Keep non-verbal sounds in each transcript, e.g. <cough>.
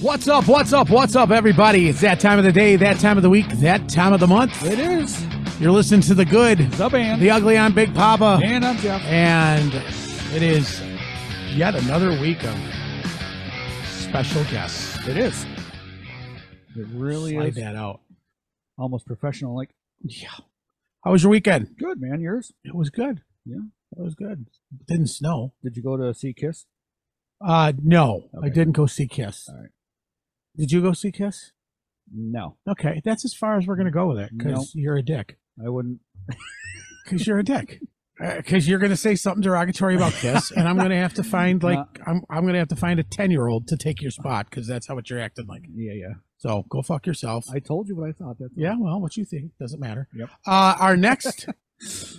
What's up? What's up? What's up, everybody? It's that time of the day, that time of the week, that time of the month. It is. You're listening to the good, What's up, Ann? the ugly. I'm Big Papa, and I'm Jeff. and it is yet another week of special guests. It is. It really Slide is. that out. Almost professional. Like, How was your weekend? good, man. Yours? It was good. Yeah. it was good. It didn't snow. Did you go to see Kiss? Uh, no, I Okay. didn't go see Kiss. All right. Did you go see Kiss? No. Okay, that's as far as we're gonna go with it because Nope. you're a dick. I wouldn't. because you're a dick. Because you're going to say something derogatory about Kiss, and I'm going to have to find like <laughs> No. I'm I'm going to have to find a ten year old to take your spot because that's how what you're acting like. Yeah, yeah. So go fuck yourself. I told you what I thought. That's yeah, well, what you think doesn't matter. Yep. Uh, our next,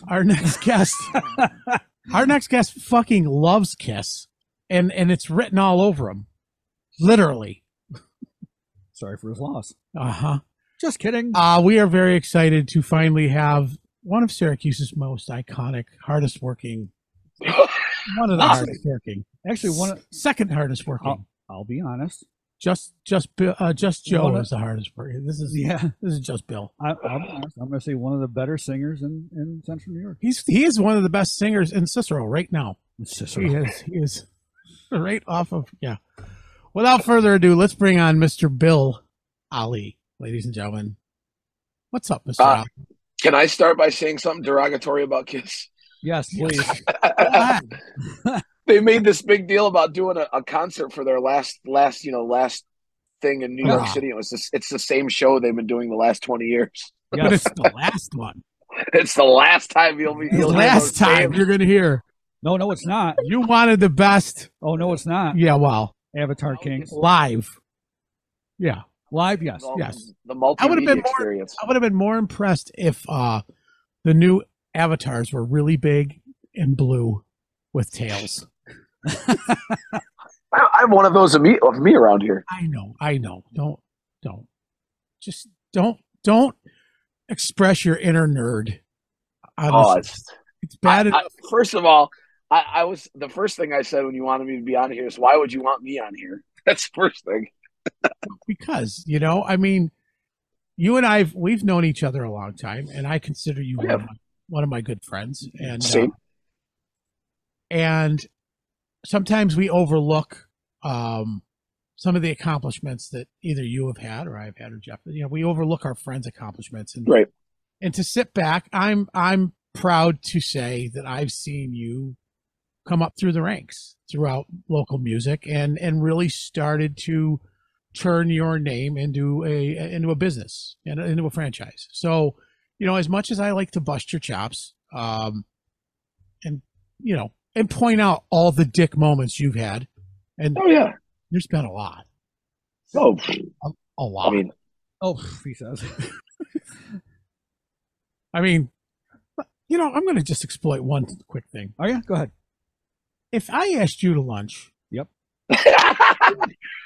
our next guest, our next guest fucking loves Kiss, and and it's written all over him, literally. <laughs> Sorry for his loss. Uh Uh-huh. huh. Just kidding. Uh, we are very excited to finally have one of Syracuse's most iconic, hardest working, one of the Awesome. hardest working, Actually, one. of- Oh. S- oh. second hardest working. I'll, I'll be honest. Just, just, Bill- uh, just Joe One of- is the hardest working. This is Yeah. this is just Bill. I, I'll be honest. I'm going to say one of the better singers in, in Central New York. He's he is one of the best singers in Cicero right now. Cicero. He is he is <laughs> right off of yeah. Without further ado, let's bring on Mr. Bill Ali, ladies and gentlemen. What's up, Mr. Ah. Ali? <laughs> Can I start by saying something derogatory about Kiss? <laughs> Yes, please. Ah, they made this big deal about doing a, a concert for their last last you know last thing in New York Yeah. City. It was this, it's the same show they've been doing the last twenty years. <laughs> <laughs> But yes. it's the last one. It's the last time you'll be. The <laughs> You'll hear last those time names. you're gonna hear. No, no, it's not. You wanted the best. Oh, no, it's not. Yeah, well, Avatar King. live. Yeah. Live, yes. yes. The multimedia I would've been more- experience. I would have been more impressed if uh the new avatars were really big and blue with tails. I, I have one of those of me, of me around here. I know, I know. Don't don't just don't don't express your inner nerd. Oh, Honestly, it's, it's, bad I- I- enough. first of all, I, I was the first thing I said when you wanted me to be on here is why would you want me on here? <laughs> That's the first thing. because you know i mean you and i've we've known each other a long time and i consider you one, of Yeah. my, one of my good friends and uh, Same. and sometimes we overlook um some of the accomplishments that either you have had or i've had or jeff you know we overlook our friends accomplishments and Right. and to sit back i'm i'm proud to say that i've seen you come up through the ranks throughout local music and and really started to turn your name into a into a business and into a franchise so you know as much as i like to bust your chops um and you know and point out all the dick moments you've had and Oh yeah. there's been a lot Oh, a lot I mean, <laughs> Oh, he says. <laughs> I mean you know i'm going to just exploit one quick thing Oh, yeah, go ahead. if i asked you to lunch I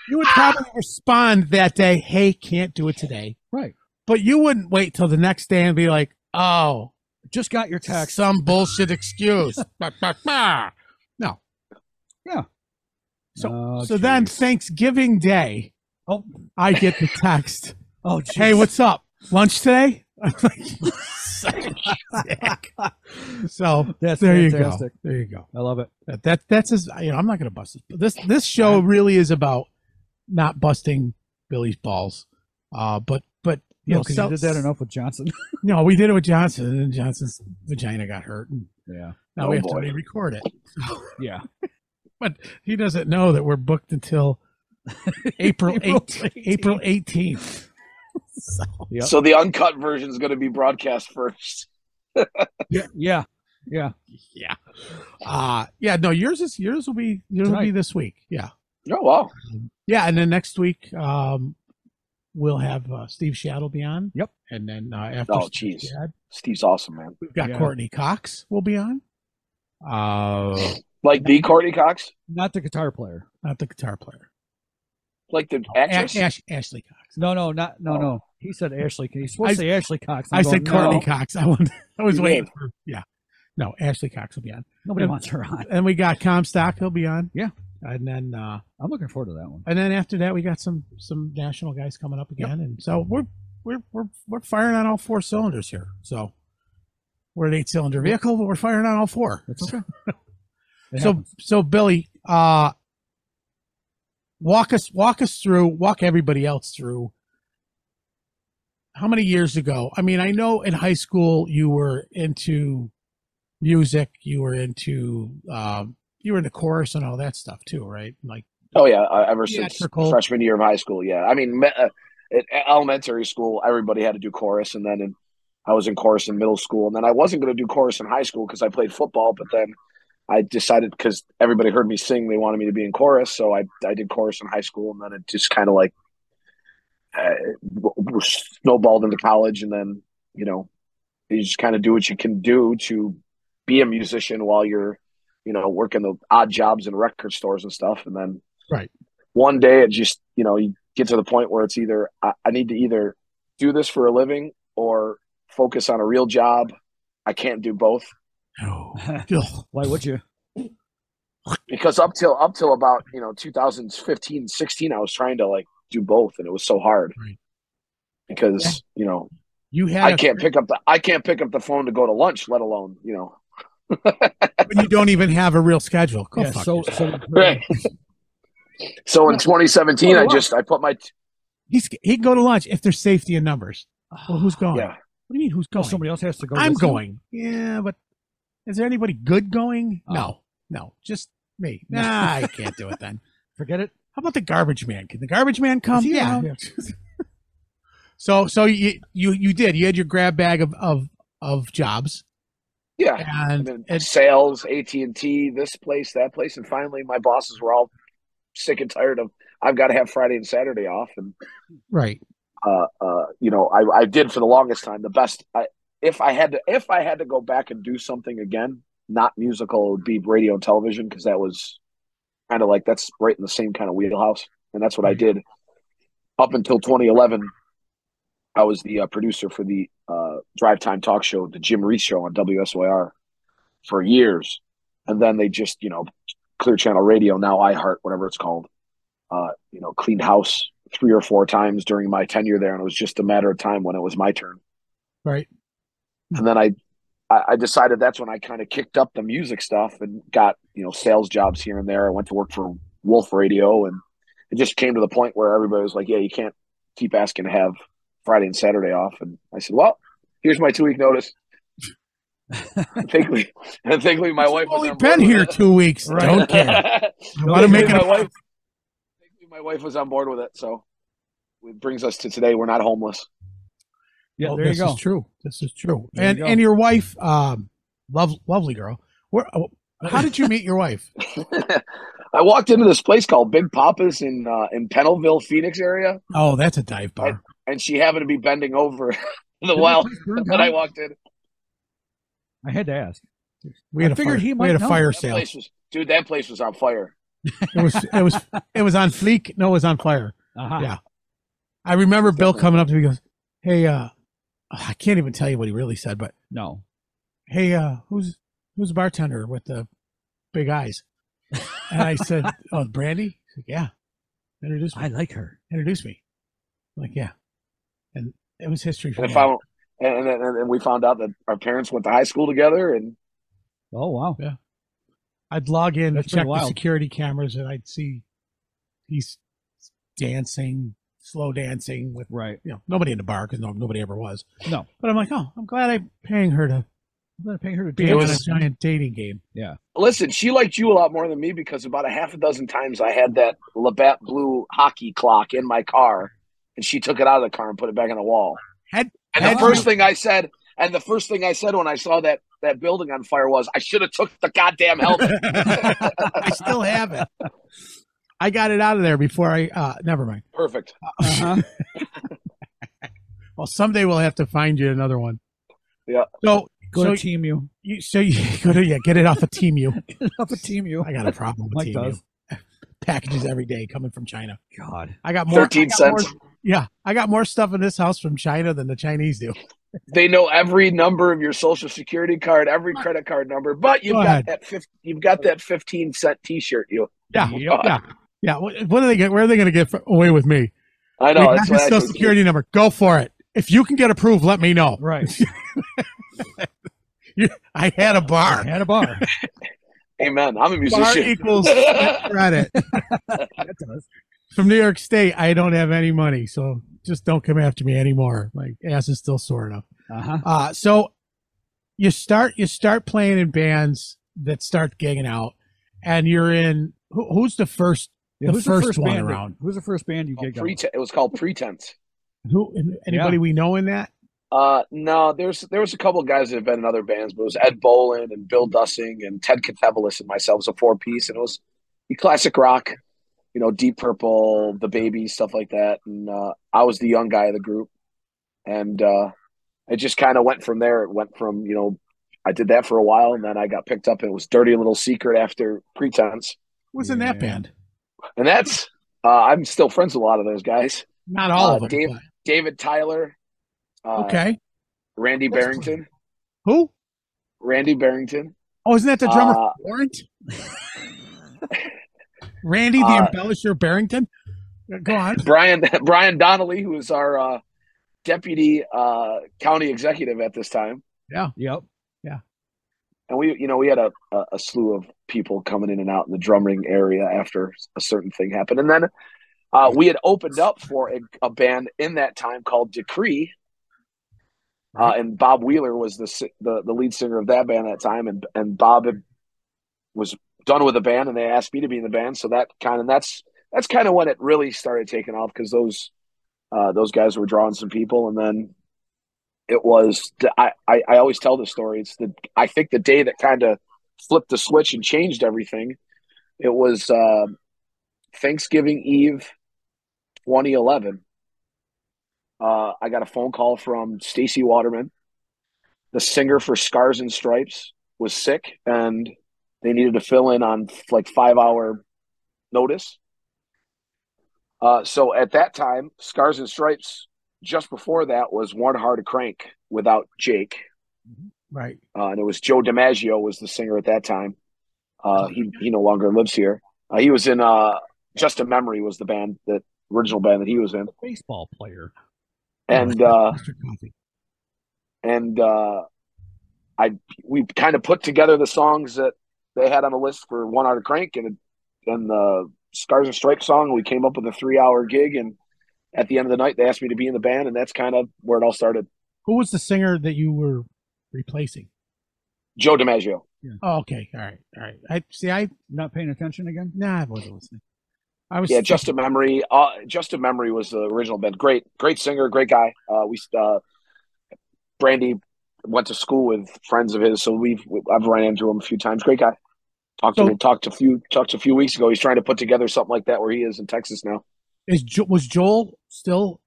You would Ah! probably respond that day, hey, can't do it today. Right. But you wouldn't wait till the next day and be like, oh, Just got your text. some bullshit <laughs> excuse. Bah, bah, bah. no. So- Oh, so then geez. Thanksgiving Day, Oh. I get the text, Oh, geez. hey, what's up? Lunch today? I'm like, "You suck a dick." so That's there fantastic. you go. There you go. I love it. That, that that's as you know, I'm not gonna bust it. But this this show really is about not busting Billy's balls. Uh but but you No, know, because so- you did that enough with Johnson. <laughs> No, we did it with Johnson and Johnson's vagina got hurt and yeah. now Oh, we have boy. to re-record it. Yeah. But he doesn't know that we're booked until April <laughs> April eighth April eighteenth. so Yep. So the uncut version is going to be broadcast first. Yeah. Yeah. yeah. Uh yeah, no, yours is yours will be yours will be Tonight. this week. Yeah. Oh wow! Yeah, and then next week um, we'll have uh, Steve Shadow be on. Yep. And then uh, after Oh, Steve jeez. Shadd, Steve's awesome, man. we've got Yeah. Courtney Cox will be on. Uh, <sighs> Like the Courtney Cox, Not the guitar player. not the guitar player. like the Ash, actress. Ash, Ashley Cox. No, no, not no, Oh. no. He said Ashley. He's supposed I- to say Ashley Cox. I'm I going, said Courtney no, Cox. I, wanted, I was You waiting for yeah. No, Ashley Cox will be on. Nobody wants her on. And we got Comstock. He'll be on. Yeah. and then uh, I'm looking forward to that one. and then after that we got some some national guys coming up again, and so we're we're we're we're firing on all four cylinders here. So we're an eight cylinder vehicle, but we're firing on all four. That's okay. <laughs> It so happens. so Billy, uh, walk us walk us through walk everybody else through. How many years ago? I mean, I know in high school you were into music, you were into um, you were into chorus and all that stuff too, right? Like Oh yeah, uh, ever since Theatrical. freshman year of high school. Yeah, I mean, me- uh, at at elementary school, everybody had to do chorus, and then in, I was in chorus in middle school, and then I wasn't going to do chorus in high school because I played football. But then I decided because everybody heard me sing, they wanted me to be in chorus, so I I did chorus in high school, and then it just kind of like uh, w- w- snowballed into college, and then you know you just kind of do what you can do to be a musician while you're you know working the odd jobs in record stores and stuff, and then one day it just you know you get to the point where it's either I, I need to either do this for a living or focus on a real job i can't do both <laughs> no. Ugh. <laughs> Why would you? because up till up till about you know 2015 16 i was trying to like do both and it was so hard Right. because Yeah. you know You had i a- can't pick up the i can't pick up the phone to go to lunch let alone you know when you don't even have a real schedule. Go yeah. fuck So, yourself. so <laughs> Right. so in 2017 Go i to just i put my He's, he can go to lunch if there's safety in numbers. Well, <sighs> who's going? yeah What do you mean who's Oh, going? somebody else has to go. I'm with you. going. Yeah, but is there anybody good going? No, no, just me. Oh. <laughs> No. Nah, I can't do it then. Forget it. How about the garbage man? Can the garbage man come? Is he Yeah. around? <laughs> So, so you you you did. You had your grab bag of of of jobs, yeah and, and then and sales, AT and T, this place, that place, and finally, my bosses were all sick and tired of I've got to have Friday and Saturday off, and right, uh, uh, you know, I, I did for the longest time. The best, I, if I had to, if I had to go back and do something again, not musical, it would be radio and television because that was kind of like that's right in the same kind of wheelhouse, and that's what I did up until 2011. I was the uh, producer for the uh, Drive Time Talk Show, the Jim Reese Show on WSYR, for years, and then they just you know, Clear Channel Radio now iHeart, whatever it's called, uh, you know, cleaned house three or four times during my tenure there, and it was just a matter of time when it was my turn. right. And then I, I I decided that's when I kind of kicked up the music stuff and got you know sales jobs here and there. I went to work for Wolf Radio, and it just came to the point where everybody was like, "Yeah, you can't keep asking to have Friday and Saturday off." And I said, "Well, here's my two <laughs> week notice." And thankfully, and thankfully, my You've wife was only on been board here with it. two weeks. Right. <laughs> Don't care. <laughs> I want to Thankfully, make it. my A, <laughs> wife. thankfully, My wife was on board with it, so it brings us to today. We're not homeless. <laughs> Yeah. Well, there you Oh, this go. is true. This is true. There you and go. and your wife, um, love, lovely girl. Where? oh, How did you meet your wife? I walked into this place called Big Papa's in uh, in Pennellville, Phoenix area, <laughs> Oh, that's a dive bar. and she happened to be bending over <laughs> in the Didn't wild the place burn when I down? walked in. I had to ask. We had a I figured fire, he we might had a know. fire That sale. place was, dude, that place was on fire. It was it was it was on fleek. No, it was on fire. Uh-huh. Yeah. I remember Bill coming up to me and goes, Hey, uh I can't even tell you what he really said, but No. hey, uh, who's who's the bartender with the big eyes? And I said, <laughs> Oh, Brandy? He's like, yeah. Introduce me. I like her. Introduce me. I'm like, yeah. And it was history for And I me. found, and, and and we found out that our parents went to high school together, and Oh wow. I'd log in to That's pretty check the wild. security cameras and I'd see he's dancing, slow dancing with Right. you know, nobody in the bar because no, nobody ever was. No. But I'm like, oh, I'm glad I'm paying her to I'm gonna pay her to be dance. on was- a giant dating game. listen, she liked you a lot more than me because about a half a dozen times I had that Labatt Blue hockey clock in my car, and she took it out of the car and put it back on the wall. Had- and had the first you- thing I said, and the first thing I said when I saw that that building on fire was, I should have took the goddamn helmet. <laughs> I still have it. I got it out of there before I. Uh, never mind. Perfect. <laughs> Uh-huh. Well, someday we'll have to find you another one. Yeah. So Go so to <laughs> team you. you so you go to yeah get it off of Team <laughs> U. Up a team you. I got a problem with Mike Team does. U. Packages every day coming from China. God. I got more I Thirteen got more- cents. yeah, I got more stuff in this house from China than the Chinese do. they know every number of your social security card, every credit card number, but you've Go got ahead. that 50, you've got that 15 cent t-shirt you. Yeah, Yep. yeah, yeah. What, what are they? Get, where are they going to get f- away with me? I know. We got that's what your I social think. security number. Go for it. If you can get approved, let me know. Right. <laughs> I had a bar. At a <laughs> bar. Amen. I'm a Bar musician. <laughs> equals credit That does. from New York State. I don't have any money, so just don't come after me anymore. My ass is still sore enough. Uh-huh. Uh, so you start you start playing in bands that start gigging out, and you're in. Who, who's the first? Yeah, The who's first the first one band that- around. Who's the first band you gigged on? Prete- it was called pretense. Who? Anybody we know in that? Uh, no, there's there was a couple of guys that have been in other bands, but it was Ed Bolin and Bill Dussing and Ted Kathevelis and myself. It was a four piece, and it was classic rock, you know, Deep Purple, The Baby, stuff like that. And uh, I was the young guy of the group, and uh, it just kind of went from there. It went from you know, I did that for a while, and then I got picked up. It was Dirty Little Secret after Pretense, Who's in that Yeah. band? and that's uh, I'm still friends with a lot of those guys. Not all Uh, of them. Dave- David Tyler, uh, but- okay. Randy That's Barrington, Who? Randy Barrington. Oh, isn't that the drummer Uh, for Warrant? <laughs> Randy the Uh, Embellisher Barrington? Uh, Go on. Brian <laughs> Brian Donnelly, who is our uh, deputy uh, county executive at this time, Yep. and we you know we had a, a, a slew of people coming in and out in the drumming area after a certain thing happened, and then uh, we had opened up for a, a band in that time called Decree. Uh, and Bob Wheeler was the, si- the the lead singer of that band at that time, and and Bob had, was done with the band, and they asked me to be in the band. So that kind of that's that's kind of when it really started taking off because those uh, those guys were drawing some people, and then it was the, I, I I always tell the story. It's the I think the day that kind of flipped the switch and changed everything. It was uh, Thanksgiving Eve, 2011. Uh, I got a phone call from Stacy Waterman, the singer for Scars and Stripes, was sick, and they needed to fill in on like five hour notice. Uh, so at that time, Scars and Stripes, just before that, was One Hard to Crank without Jake. Right. Uh, and it was Joe DiMaggio was the singer at that time. Uh, he, he no longer lives here. Uh, he was in uh, Just a Memory was the band that original band that he was in. Baseball player. And uh, Mr. Coffee. and uh, I we kind of put together the songs that they had on the list for One Hour to Crank and and the Scars and Stripes song. We came up with a three hour gig, and at the end of the night, they asked me to be in the band, and that's kind of where it all started. Who was the singer that you were replacing? Joe DiMaggio. Oh, okay. All right. All right. I see I Not paying attention again? nah, I wasn't listening. I was Yeah, just a memory. Uh, just a memory was the original band. Great, great singer, great guy. Uh, we uh, Brandy went to school with friends of his, so we've I've run into him a few times. Great guy. Talked to So- him. Talked a few. Talked a few weeks ago. He's trying to put together something like that where he is in Texas now. is Jo- was Joel still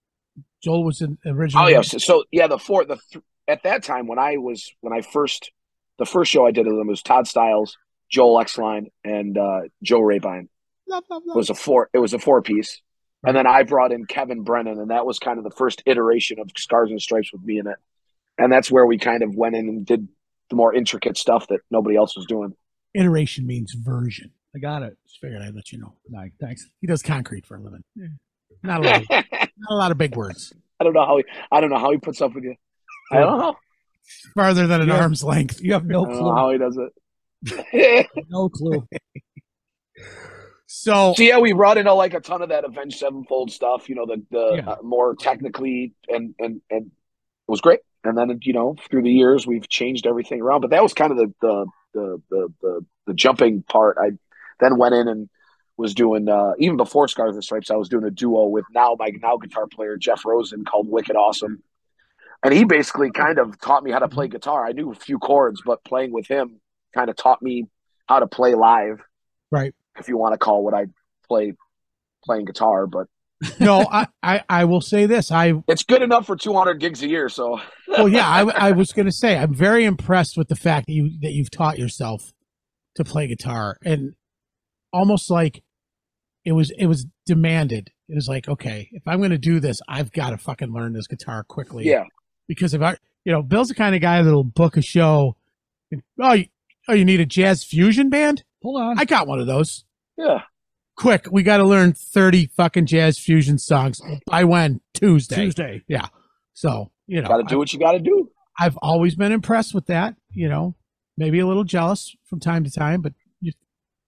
Joel was in original. Oh yeah. So, so, yeah, the four the th- at that time when I was when I first the first show I did with them was Todd Styles, Joel Exline, and uh, Joe Rabine. Blah, blah, blah. It was a four. It was a four piece, and then I brought in Kevin Brennan, and that was kind of the first iteration of Scars and Stripes with me in it, and that's where we kind of went in and did the more intricate stuff that nobody else was doing. Iteration means version. I got it. Just figured I'd let you know. Nice. Thanks. He does concrete for a living. Not a <laughs> lot. Of, I not a lot of big words. don't know how he. I don't know how he puts up with you. I don't know. Farther than an Yeah. arm's length. You have no I don't know Uh, clue. how he does it. No clue. So <laughs> So yeah, we brought in a, like a ton of that Avenged Sevenfold stuff. You know, the the Yeah. uh, more technically and and and it was great. And then you know through the years we've changed everything around. But that was kind of the the the the the, the jumping part. I then went in and was doing uh, even before Scars and Stripes. I was doing a duo with now my now guitar player Jeff Rosen called Wicked Awesome, and he basically kind of taught me how to play guitar. I knew a few chords, but playing with him kind of taught me how to play live. Right. If you want to call what I play playing guitar, but no, I, I, I will say this. I it's good enough for 200 gigs a year. So well, yeah, I, I was going to say I'm very impressed with the fact that you that you've taught yourself to play guitar and almost like it was it was demanded. It was like, okay, if I'm going to do this, I've got to fucking learn this guitar quickly. yeah, because if I, you know, Bill's the kind of guy that'll book a show. And, oh, you, oh, you need a jazz fusion band? Hold on. I got one of those. Yeah. Quick, we got to learn thirty fucking jazz fusion songs by when Tuesday. Tuesday. So you know, Got to do what you got to do. I, I've always been impressed with that. You know, maybe a little jealous from time to time, but you-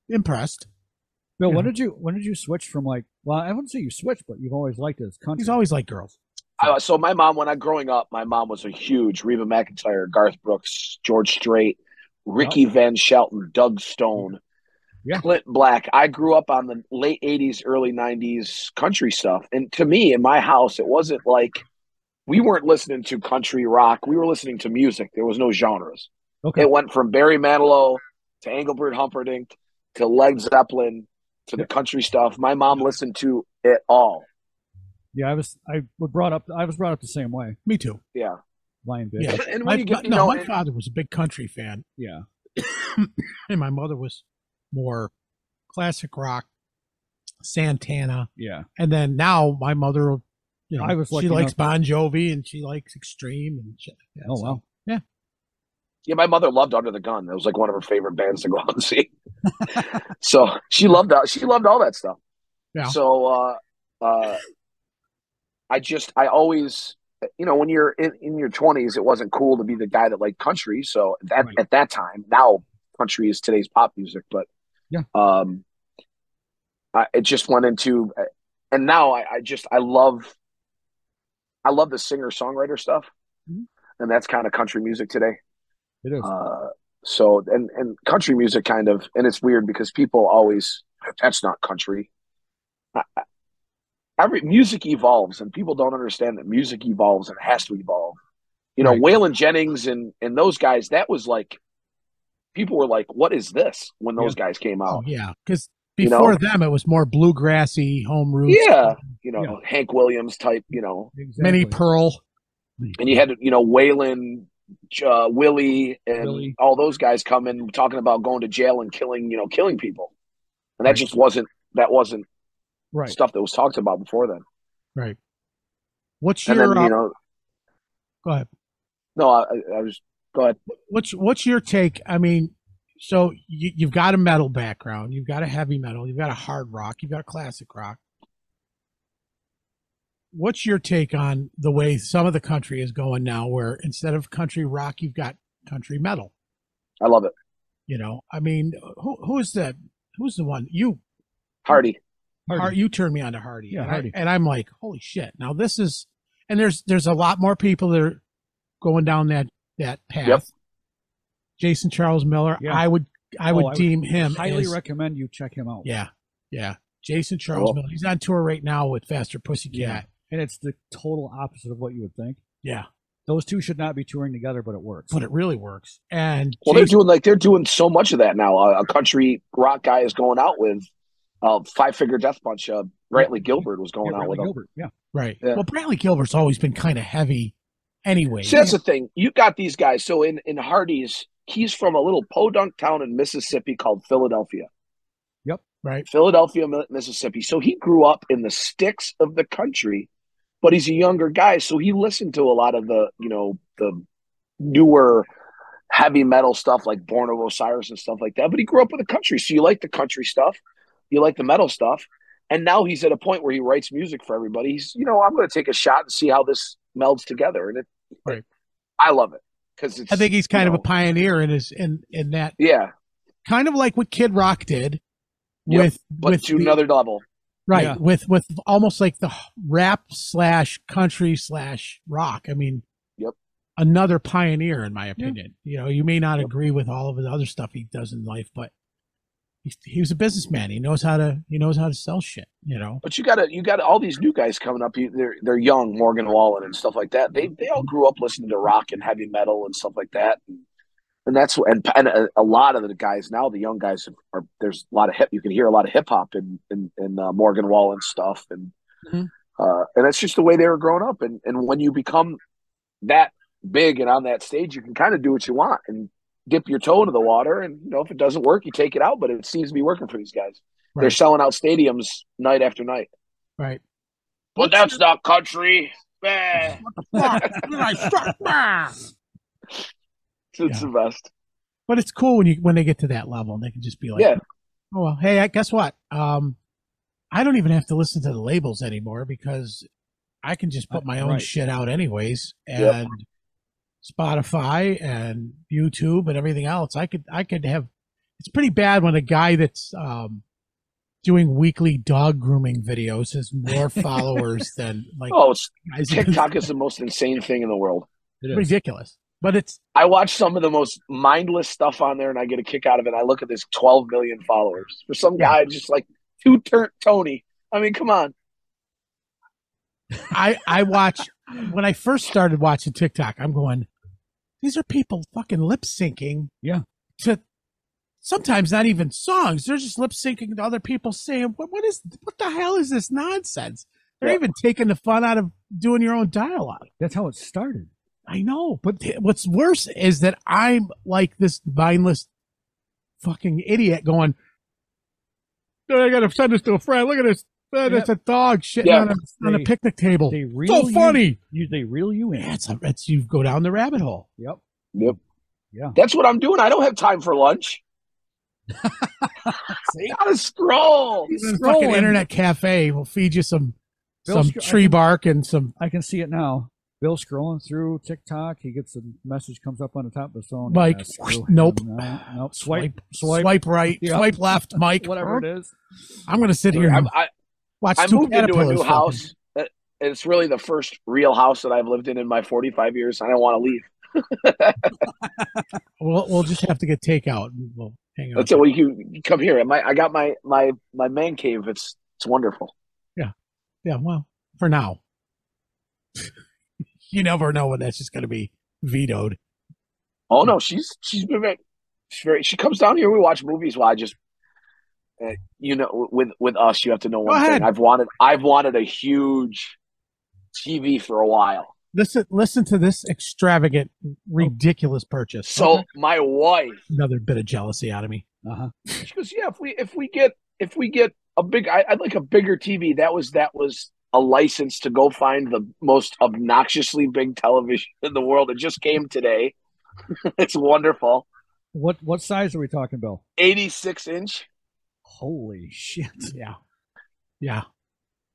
impressed. Bill, Yeah. when did you when did you switch from like well, I wouldn't say you switched, but you've always liked it as country. He's always like girls. I, Uh, so my mom, when I growing up, my mom was a huge Reba McIntyre, Garth Brooks, George Strait, Ricky Van Shelton, Doug Stone, Yeah. Clint Black. I grew up on the late '80s, early '90s country stuff, and to me, in my house, it wasn't like we weren't listening to country rock. We were listening to music. There was no genres. okay. It went from Barry Manilow to Engelbert Humperdinck to Led Zeppelin to the country stuff. My mom listened to it all. yeah, I was I was brought up I was brought up the same way. Me too. Yeah. Lion bitch. Yeah. And My, when you get, my- you no, know, my and- father was a big country fan, <coughs> Yeah. and my mother was more classic rock, Santana, Yeah. and then now my mother, you know, I was she lucky likes Bon Jovi and she likes Extreme and shit. Like that, Oh so. wow. Yeah, my mother loved Under the Gun. That was like one of her favorite bands to go out and see. <laughs> so she loved all she loved all that stuff. Yeah. So uh, uh, I just I always you know when you're in, in your twenties, it wasn't cool to be the guy that liked country. So that Right. at that time, now country is today's pop music, but Yeah. um, I, it just went into and now I, I just I love I love the singer songwriter stuff, Mhm. and that's kind of country music today. It is. Uh, so and and country music kind of and it's weird because people always that's not country. I, I- every music evolves and people don't understand that music evolves and it has to evolve. You know, Right. Waylon Jennings and and those guys that was like people were like what is this when those guys came Oh out. yeah, because You know? before them it was more bluegrassy, home roots, Yeah. You know, Hank Williams type, you know. exactly. Minnie Pearl. And you had you know Waylon uh, Willie and Willie. all those guys come in talking about going to jail and killing, you know, killing people. And that Right. just wasn't that wasn't right. stuff that was talked about before then. Right. What's And your then, you uh, know, go ahead? no, I, I- I was, go ahead. What's what's your take? I mean, so you, you've got a metal background, you've got a heavy metal, you've got a hard rock, you've got classic rock. What's your take on the way some of the country is going now, where instead of country rock, you've got country metal? I love it. You know, I mean, who who's the who's the one you Hardy. Pardon. Har- you turned me on to Hardy. Yeah, and Hardy. I, and I'm like, holy shit! Now this is, and there's there's a lot more people that are going down that that path. Yep. Jason Charles Miller, Yeah. I would I would Oh, I would deem him highly as- recommend you check him out. yeah, yeah. Jason Charles Cool. Miller, he's on tour right now with Faster Pussycat. Yeah. And it's the total opposite of what you would think. yeah, Those two should not be touring together, but it works. but it really works. And Well, Jason- they're doing like, they're doing so much of that now. A, a country rock guy is going out with uh, Five Figure Death Punch. Uh, Brantley Gilbert was going Yeah, out Bradley with him. Gilbert, Yeah. right. Yeah. Well, Bradley Gilbert's always been kind of heavy, anyway. See, that's the thing. You got these guys. So in, in Hardy's, he's from a little podunk town in Mississippi called Philadelphia. right. Philadelphia, Mi- Mississippi. So he grew up in the sticks of the country, but he's a younger guy, so he listened to a lot of the you know the newer heavy metal stuff like Born of Osiris and stuff like that. But he grew up with the country, so you like the country stuff, you like the metal stuff, and now he's at a point where he writes music for everybody. He's you know I'm going to take a shot and see how this melds together, and it, Right. I love it because it's I think he's kind you of know, a pioneer in his in in that yeah, kind of like what Kid Rock did Yep, with but with to the- another level. right Yeah. with with almost like the rap slash country slash rock. I mean, Yep. another pioneer in my opinion. You know, you may not Yep. agree with all of the other stuff he does in life, but he, he was a businessman. He knows how to he knows how to sell shit. You know, But you got to you got all these new guys coming up. You, they're they're young, Morgan Wallen and stuff like that. They they all grew up listening to rock and heavy metal and stuff like that. And, that's and, and a, a lot of the guys now, the young guys are there's a lot of hip. You can hear a lot of hip hop in in, in uh, Morgan Wallen stuff, and Mhm. uh, and that's just the way they were growing up. And and when you become that big and on that stage, you can kind of do what you want and dip your toe into the water. And you know if it doesn't work, you take it out. But it seems to be working for these guys. They're Right. selling out stadiums night after night. right? What's But that's not country. Bah. <laughs> Fuck, then I suck. Bah. It's, <laughs> it's Yeah. the best. But it's cool when you when they get to that level and they can just be like, Yeah. "Oh well, hey, I, guess what? Um, I don't even have to listen to the labels anymore because I can just put my own Right. shit out anyways." And Yep. Spotify and YouTube and everything else, I could I could have. It's pretty bad when a guy that's um, doing weekly dog grooming videos has more <laughs> followers than like Oh, it's, guys. that do- <laughs> TikTok is the most insane thing in the world. It is. ridiculous. But it's I watch some of the most mindless stuff on there, and I get a kick out of it. I look at this 12 million followers for some Yeah. guy just like two turn Tony. I mean, come on. I I watch when I first started watching TikTok. I'm going, these are people fucking lip syncing. Yeah. To sometimes not even songs. They're just lip syncing to other people saying, "What what is what the hell is this nonsense?" They're Yeah. even taking the fun out of doing your own dialogue. That's how it started. I know, but th- what's worse is that I'm like this mindless fucking idiot going, "Oh, I gotta send this to a friend. Look at this. Uh, That's a dog shitting Yeah. on, a, on a They- picnic table. They reel So you- funny. You, they reel you in. Yeah, it's, it's you go down the rabbit hole. Yep. Yep. Yeah. That's what I'm doing. I don't have time for lunch. See? Gotta scroll. Even a Scrolling. fucking internet cafe will feed you some Bill some Str- I tree can- bark and some. I can see it now. Bill scrolling through TikTok. He gets a message comes up on the top of his phone. Mike, Yeah, screw nope. him. No, nope. Swipe. swipe, Swipe. right, Yeah. swipe left, Mike. Whatever it is. I'm gonna sit here I, and I, watch I two moved into a caterpillars new fucking- house. Uh, It's really the first real house that I've lived in in my 45 years. I don't want to leave. We'll, we'll just have to get takeout. And we'll hang out. That's it. Well, you can come here. My, I got my my my man cave. It's it's wonderful. Yeah, well, for now. <laughs> you never know when that's just gonna be vetoed. Oh no, she's she's been very, she's very. She comes down here. We watch movies. Well, I just, uh, you know, with with us, you have to know one ahead. thing. I've wanted I've wanted a huge TV for a while. Listen, listen to this extravagant, ridiculous purchase. So my wife, another bit of jealousy out of me. Uh huh. she goes, yeah. If we if we get if we get a big, I, I'd like a bigger TV. That was that was a license to go find the most obnoxiously big television in the world. It just came today. <laughs> it's wonderful. What what size are we talking, Bill? Eighty six inch. Holy shit! Yeah, yeah,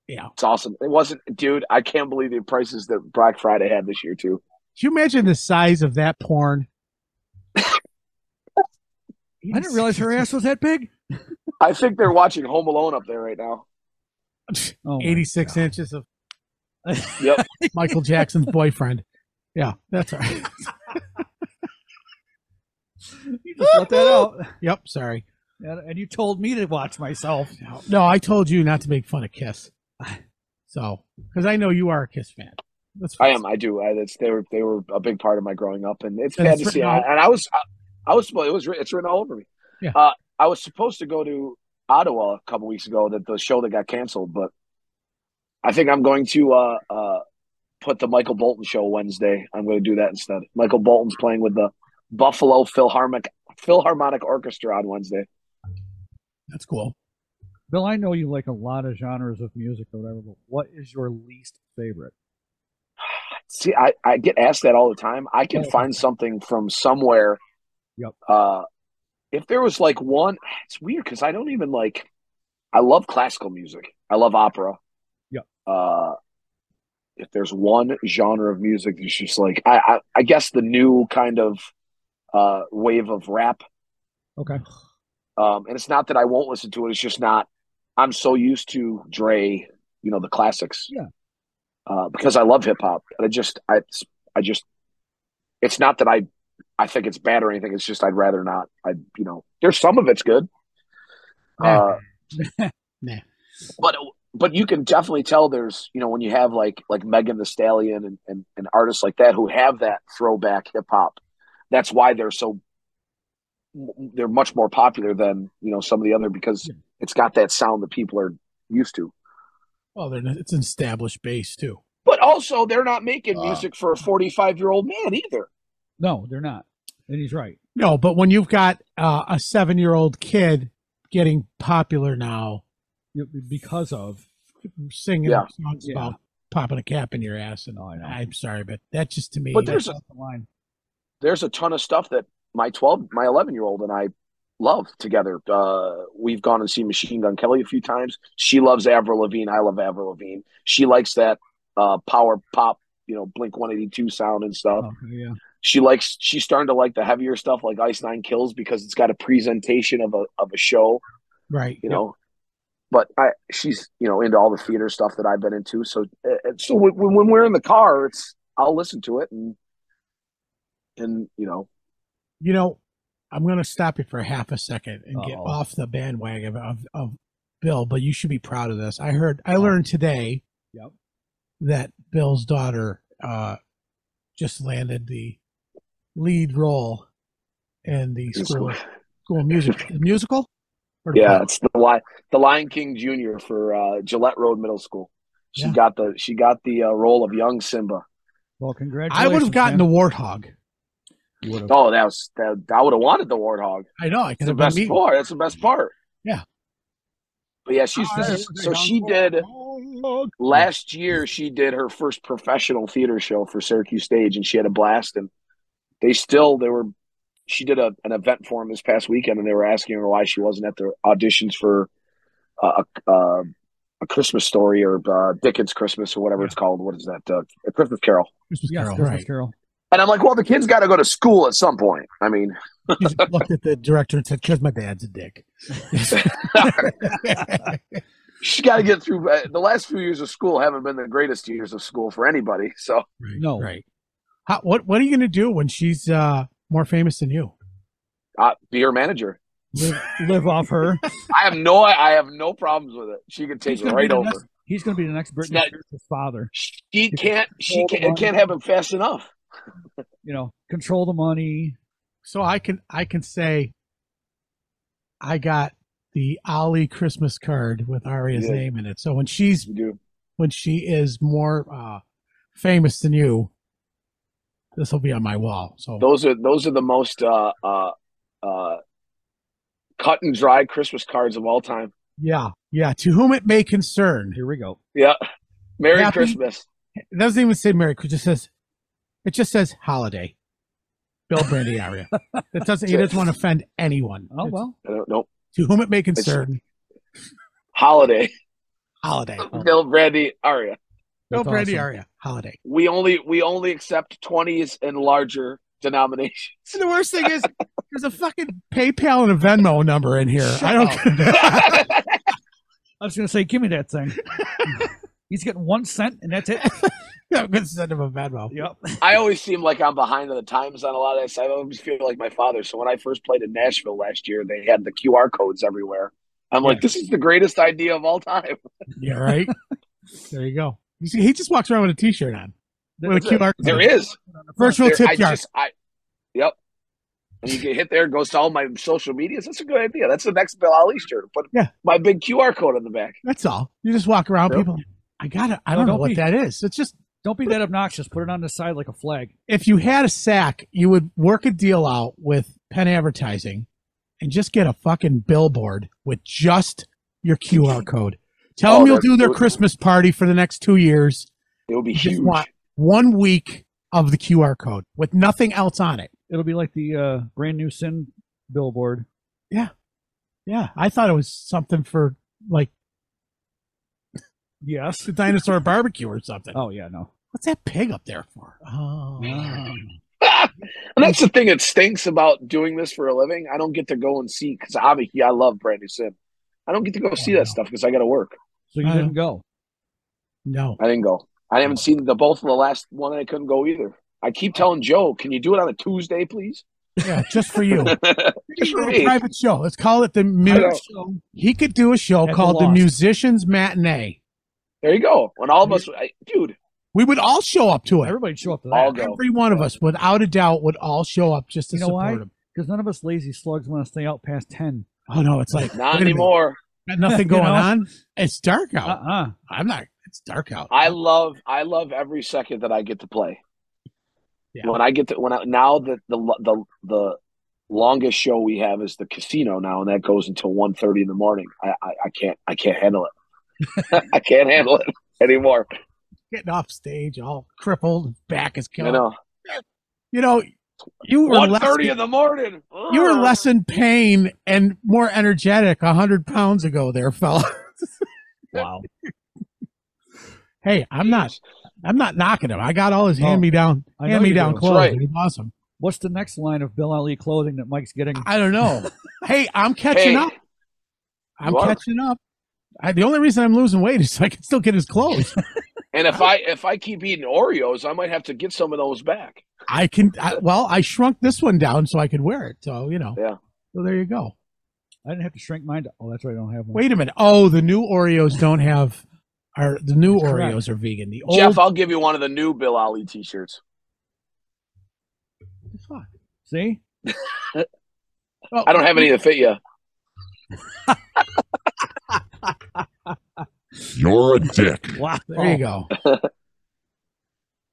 yeah. It's awesome. It wasn't, dude. I can't believe the prices that Black Friday had this year too. Can you imagine the size of that porn? I didn't realize her ass was that big. I think they're watching Home Alone up there right now. Oh my 86 God. inches of <laughs> Yep. Michael Jackson's boyfriend. Yeah, that's all <laughs> right. You just let <laughs> that out, <laughs> yep, sorry. and, and you told me to watch myself. No, no, I told you not to make fun of Kiss. So, because I know you are a Kiss fan. That's I am. I do. I, it's, they were they were a big part of my growing up, and it's And bad it's to see. written I, all- and I was, I, I was. Well, it was. writ- It's written all over me. Yeah. Uh, I was supposed to go to Ottawa a couple weeks ago. That the show that got canceled, but I think I'm going to uh, uh, put the Michael Bolton show Wednesday. I'm going to do that instead. Michael Bolton's playing with the Buffalo Philharmonic Philharmonic Orchestra on Wednesday. That's cool. Bill, I know you like a lot of genres of music or whatever, but what is your least favorite? See, I, I get asked that all the time. I can Yeah. find something from somewhere. Yep. Uh, if there was like one, it's weird because I don't even like. I love classical music. I love opera. Yep. Uh, if there's one genre of music that's just like, I, I, I guess the new kind of uh, wave of rap. Okay. Um, and it's not that I won't listen to it. It's just not. I'm so used to Dre, you know, the classics. Yeah. Uh, because I love hip hop, and I just, I, I just, it's not that I, I think it's bad or anything. It's just I'd rather not. I, you know, there's some of it's good. Nah. Uh, Nah. But but you can definitely tell there's you know when you have like like Megan the Stallion and and, and artists like that who have that throwback hip hop. That's why they're so they're much more popular than you know some of the other because it's got that sound that people are used to. Well, they're, it's an established base, too. But also, they're not making Uh. music for a forty-five-year-old man either. No, they're not. And he's right. No, but when you've got uh, a seven year old kid getting popular now, You- Because of singing Yeah. songs Yeah. about popping a cap in your ass. And No, I know. I'm sorry, but that just to me. But there's a- Off the line. there's a ton of stuff that my 12 my 11 year old and i love together uh, we've gone and seen machine gun kelly a few times she loves avril lavigne i love avril lavigne she likes that uh, power pop you know blink 182 sound and stuff Okay, yeah. she likes she's starting to like the heavier stuff like ice nine kills because it's got a presentation of a of a show right. you know but i she's you know into all the theater stuff that i've been into so uh, so when, when we're in the car it's i'll listen to it and and you know You know, I'm going to stop you for half a second and get Uh-oh. off the bandwagon of, of Bill, but you should be proud of this. I heard, I Oh. learned today Yep. that Bill's daughter uh, just landed the lead role in the school, school music musical. Or the Yeah, play? it's the Li- the Lion King Junior for uh, Gillette Road Middle School. She Yeah. got the she got the uh, role of young Simba. Well, congratulations. I would have gotten the man. warthog. You would've. Oh, that was that, I would have wanted the warthog. I know. I could It's the have been best me. part. That's the best part. Yeah. But yeah, she's Alright, so okay, she Uncle did Dog. last year. She did her first professional theater show for Syracuse Stage, and she had a blast. And they still they were. She did a, an event for them this past weekend, and they were asking her why she wasn't at the auditions for uh, a, uh, a Christmas story or uh, Dickens Christmas or whatever it's called. What is that? Uh, a Christmas Carol. Christmas Yes, Carol, Christmas right. Carol. And I'm like, well, the kid's got to go to school at some point. I mean, She just looked at the director and said, "Because my dad's a dick." she's got to get through. Uh, the last few years of school haven't been the greatest years of school for anybody. So Right, No. right. How, what What are you going to do when she's uh, more famous than you? uh, be her manager. Live, live off <laughs> her. I have no, I have no problems with it. She can take He's it gonna be right the over. next- He's going to be the next Britney not- Spears' father. She can't. She Hold can't. on. It can't happen fast enough. You know, control the money. So I can I can say, I got the Ali Christmas card with Aria's Yeah. name in it. So when she's You do. when she is more uh, famous than you, this will be on my wall. So Those are those are the most uh, uh, uh, cut and dry Christmas cards of all time. yeah, yeah. To whom it may concern, Here we go. Yeah. Merry Happy- Christmas. it doesn't even say Merry Christmas. It says it just says holiday. Bill <laughs> Brandy Aria. That doesn't. He doesn't want to offend anyone. Oh It's well. I don't know. To whom it may concern, Holiday. holiday. Oh. Bill Brandy Aria. Bill That's Brandy awesome. Aria. Holiday. We only we only accept twenties and larger denominations. And the worst thing is, there's a fucking PayPal and a Venmo number in here. I don't. I was going to say, give me that <laughs> thing. He's getting one cent, and that's it. <laughs> I'm gonna send him a Venmo. yep. I always seem like I'm behind on the times on a lot of this. I always feel like my father. So when I first played in Nashville last year, they had the QR codes everywhere. I'm like, this is the greatest idea of all time. <laughs> Yeah, right. there you go. You see, he just walks around with a T-shirt on. With a That's it. QR There code. is virtual There- tip I jar. just- I- yep. And you can hit there, it goes to all my social medias. That's a good idea. That's the next Bill Ali shirt. Put Yeah. my big QR code on the back. That's all. You just walk around. Yep. People, are like, I gotta. I No, don't know don't what be- that is. It's just Don't be that obnoxious. Put it on the side like a flag. if you had a sack, you would work a deal out with Penn Advertising, and just get a fucking billboard with just your QR code. Tell Oh, them you'll that- do their that- Christmas party for the next two years. It would be You just huge. want one week of the QR code with nothing else on it. It'll be like the uh, brand new Sin billboard. Yeah, I thought it was something for like Yes. the dinosaur barbecue or something. Oh yeah, no. What's that pig up there for? Oh, yeah, <laughs> and that's the thing that stinks about doing this for a living. I don't get to go and see because obviously I love brand new sim. I don't get to go see no. that stuff because I got to work. So you Uh, didn't go. no. I didn't go. I haven't seen the both of the last one. and I couldn't go either. I keep telling Joe, "Can you do it on a Tuesday, please?" Yeah, just for you. Just for Little me. private show. Let's call it the mu- know. So, He could do a show At the called the Lost. Musicians Matinee. There you go. When all of us, I, dude, We would all show up to it. everybody show up to All that go. Every one of us, without a doubt, would all show up just to You know support why? him. because none of us lazy slugs want to stay out past ten. Oh no, it's like not wait a minute. anymore. Got nothing <laughs> You going know? on. It's dark out. Uh uh I'm not. It's dark out. I love, I love every second that I get to play. Yeah. When I get to when I now that the the the longest show we have is the casino now, and that goes until 1.30 in the <laughs> morning. I, I I can't I can't handle it. I can't handle it anymore. getting off stage all crippled, back is You killing. know, You know, you were one less, thirty in the morning. you were less in pain and more energetic a hundred pounds ago, there, fella. <laughs> Wow. Hey, I'm not, I'm not knocking him. I got all his No. hand me down, Oh, I know hand me you down do. That's clothes. right. and He's awesome. What's the next line of Bill Ali clothing that Mike's getting? I don't <laughs> know. hey, I'm catching Hey, up. I'm You are. catching up. I, the only reason I'm losing weight is so I can still get his clothes. <laughs> and if I if I keep eating Oreos, I might have to get some of those back. I can. I, well, I shrunk this one down so I could wear it. So you know. Yeah. So there you go. I didn't have to shrink mine. To, oh, that's right. I don't have one. Wait a minute. Oh, the new Oreos don't have. Are the new That's correct. Oreos are vegan? The old. Jeff, uh, I'll give you one of the new Bill Ollie T-shirts. Fuck. See? Oh, I don't have any that fit you. You're a dick. Wow. There Oh, you go.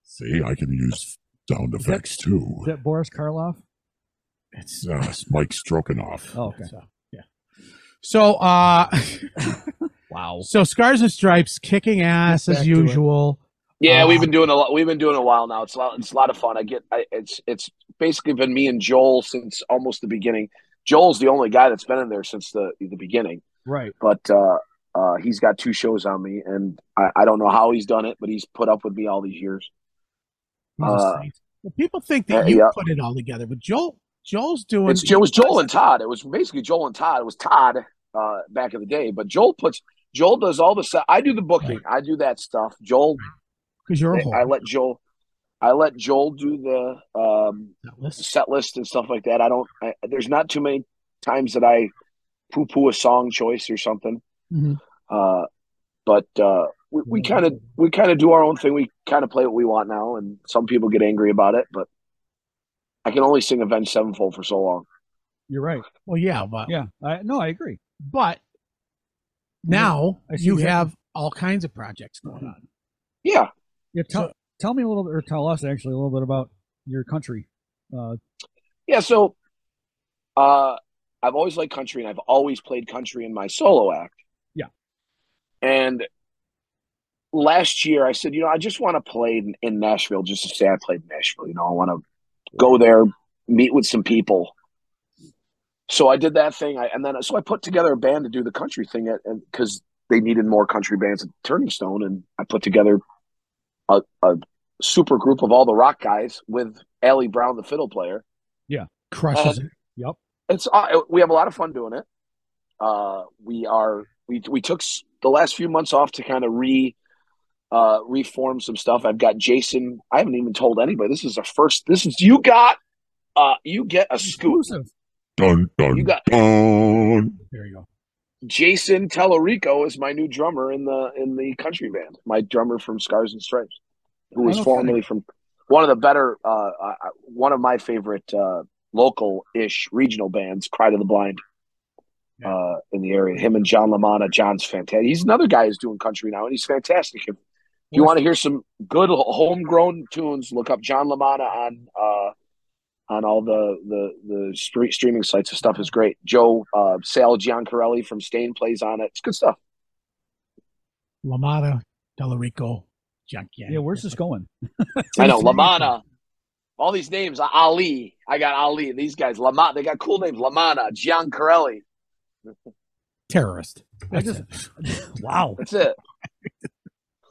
See, I can use sound effects too. Is that Boris Karloff? It's, Uh, it's Mike Strokanoff. Oh, okay. So, yeah. So, <laughs> uh, Wow. so Scars and Stripes kicking ass Back as to it. usual. Yeah, Uh, we've been doing a lot. We've been doing a while now. It's a lot. It's a lot of fun. I get. I, it's it's basically been me and Joel since almost the beginning. Joel's the only guy that's been in there since the the beginning, Right. but uh, uh, he's got two shows on me, and I, I don't know how he's done it, but he's put up with me all these years. He's a Uh, saint. well, people think that uh, you yeah. put it all together, but Joel, Joel's doing. It's, it was Joel and Todd. It was basically Joel and Todd. It was Todd uh, back in the day, but Joel puts Joel does all the stuff. I do the booking. I do that stuff. Joel, because you're a whole. I let Joel, I let Joel do the um, that list. set list and stuff like that. I don't. I, there's not too many times that I poo poo a song choice or something. Mhm. Uh, but uh, we kind of we kind of do our own thing. We kind of play what we want now, and some people get angry about it. But I can only sing Avenged Sevenfold for so long. You're right. Well, yeah, but Yeah. I, no, I agree. but now I see you that. have all kinds of projects going on. Yeah. Yeah. Tell, So- tell me a little bit, or tell us actually a little bit about your country. Uh, Yeah, so uh, I've always liked country, and I've always played country in my solo act. Yeah. And last year, I said, you know, I just want to play in, in Nashville, just to say I played in Nashville. You know, I want to go there, meet with some people. So I did that thing, I, and then so I put together a band to do the country thing, at, and because they needed more country bands at Turning Stone, and I put together a, a super group of all the rock guys with Allie Brown, the fiddle player Crushes Uh, it. yep. it's uh, we have a lot of fun doing it. Uh, we are we we took s- the last few months off to kind of re uh, reform some stuff. I've got Jason. I haven't even told anybody. This is a first. This is you got. Uh, you get a scoop. Exclusive. Dun dun You got- dun. There you go. Jason Tellerico is my new drummer in the in the country band. My drummer from Scars and Stripes, who was Oh, no formerly from one of the better, uh, uh, one of my favorite uh, local-ish regional bands, Cry to the Blind, uh, in the area. Him and John Lamanna. John's fantastic. He's another guy who's doing country now, and he's fantastic. If you want to hear some good homegrown tunes, look up John Lamanna on uh, on all the the the street streaming sites. The stuff is great. Joe uh, Sal Giancarelli from Stain plays on it. It's good stuff. Lamada, Delarico, Junkyard. Yeah. Where's this going? I know Tennessee. Lamana. All these names, Ali. I got Ali. These guys, Lamana. They got cool names. Lamana, Giancarelli. Terrorist. I That's <laughs> Wow. That's it.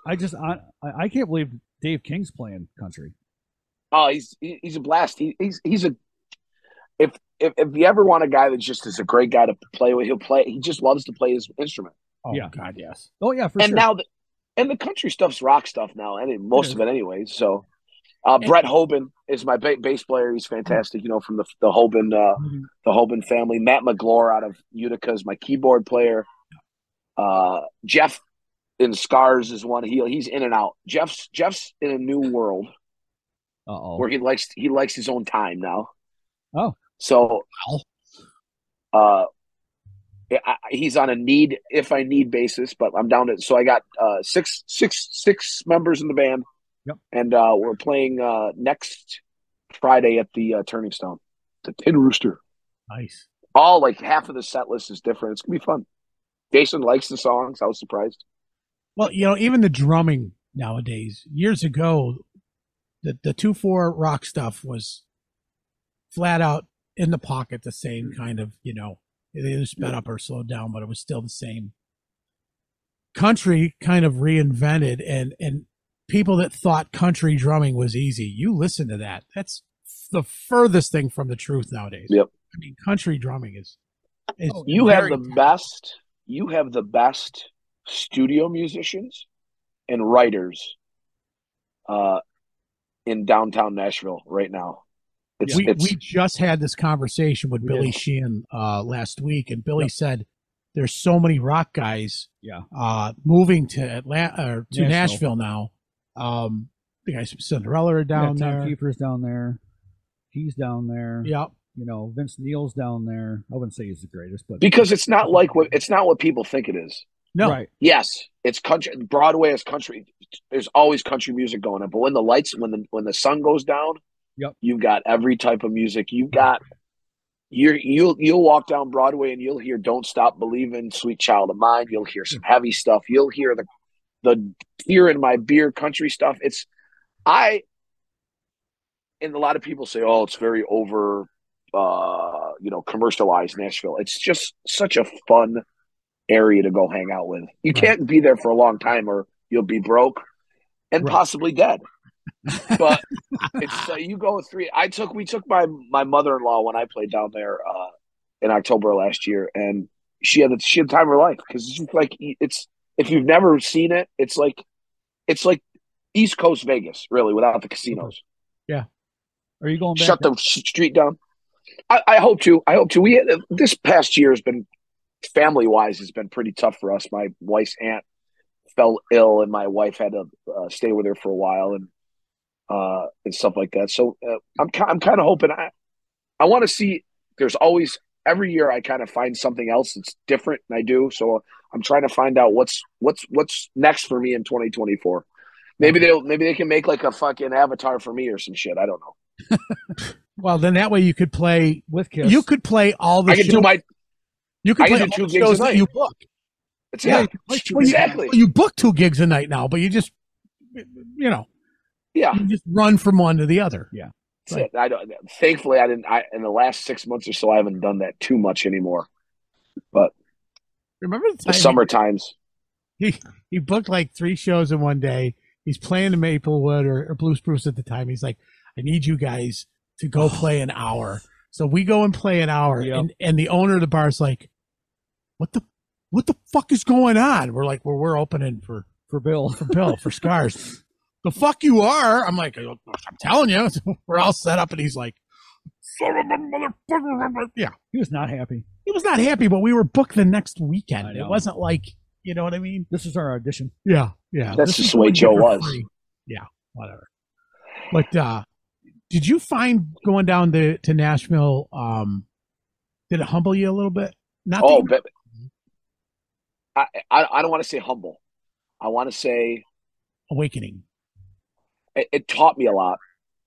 I just, I, I I can't believe Dave King's playing country. Oh, he's he- he's a blast. He, he's he's a if if if you ever want a guy that just is a great guy to play with, he'll play. He just loves to play his instrument. Oh Yeah. God, yes. Oh yeah, for and sure. now the and the country stuff's rock stuff now, and it, most is. of it anyways. So, uh, Brett Hoban is my ba- bass player. He's fantastic. You know, from the the Hoban uh, Mhm. the Hoban family. Matt McGlure out of Utica is my keyboard player. Uh, Jeff in Scars is one. He he's in and out. Jeff's Jeff's in a new world Uh oh. where he likes he likes his own time now. Oh. so Well. uh, I, I- he's on a need if I need basis, but I'm down to so I got uh six six six members in the band, Yep. and uh, we're playing uh next Friday at the uh, Turning Stone, the Tin Rooster. Nice. All like half of the set list is different. It's gonna be fun. Jason likes the songs. I was surprised. Well, you know, even the drumming nowadays. Years ago, the the two four rock stuff was flat out in the pocket, the same kind of you know it either sped up or slowed down, but it was still the same. Country kind of reinvented, and and people that thought country drumming was easy, you listen to that. That's the furthest thing from the truth nowadays. Yep. I mean, country drumming is. is Oh, You have very- the best. You have the best studio musicians and writers uh, in downtown Nashville right now. It's, we, it's we just had this conversation with We Billy did. Sheehan uh, last week, and Billy said there's so many rock guys Yeah. uh, moving to Atlanta or to Nashville, Nashville. now. Um, the guys from Cinderella are down yeah, Tom there. Kiefer's down there. He's down there. Yep. You know, Vince Neil's down there. I wouldn't say he's the greatest, but because it's not like what it's not what people think it is. No. right. Yes, it's country. Broadway is country. There's always country music going on, but when the lights, when the when the sun goes down, Yep. you've got every type of music. You've got you you'll you'll walk down Broadway and you'll hear "Don't Stop Believing," "Sweet Child of Mine." You'll hear some heavy stuff. You'll hear the the "Fear in My Beer" country stuff. It's I and a lot of people say, "Oh, it's very over." uh you know commercialized nashville it's just such a fun area to go hang out with. You can't be there for a long time or you'll be broke and Right. possibly dead. But it's uh, you go with three. I took we took my my mother in law when I played down there uh, in October last year, and she had the, she had the time of her life because it's just like it's if you've never seen it, it's like it's like East Coast Vegas really without the casinos Are you going back? shut the s- street down. I, I hope to. I hope to. We had, this past year has been family wise has been pretty tough for us. My wife's aunt fell ill, and my wife had to uh, stay with her for a while, and uh, and stuff like that. So uh, I'm ki- I'm kind of hoping I I want to see. There's always every year I kind of find something else that's different, and I do. So I'm trying to find out what's what's what's next for me in 2024. Maybe they'll maybe they can make like a fucking avatar for me or some shit. I don't know. Well, then that way you could play. with Kiss? You could play all the I can shows. do my you could I can play do all two the gigs shows a that night. you book. It's Yeah, yeah, you Well, you- exactly. well, You, book two gigs a night now, but you just you know yeah, you just run from one to the other. that's it. I don't. Thankfully, I didn't. I in the last six months or so, I haven't done that too much anymore. Remember the The time summer times. he booked like three shows in one day. He's playing the Maplewood or, or Blue Spruce at the time. He's like, I need you guys to <sighs> go play an hour. So we go and play an hour, Yep. and, and the owner of the bar is like, "What the, what the fuck is going on?" We're like, "Well, we're opening for for Bill. for Bill for Scars." <laughs> the fuck you are? I'm like, I'm telling you, <laughs> we're all set up, and he's like, "Son of a motherfucker!" Yeah, <laughs> He was not happy. he was not happy, but we were booked the next weekend. I It know. wasn't like, you know what I mean? This is our audition. Yeah, yeah. That's This just is the way what you Joe get for was. free. Yeah, whatever. But uh did you find going down to, to Nashville, um did it humble you a little bit? Not that Oh, you- but I, I I don't want to say humble. I want to say awakening. it, it taught me a lot.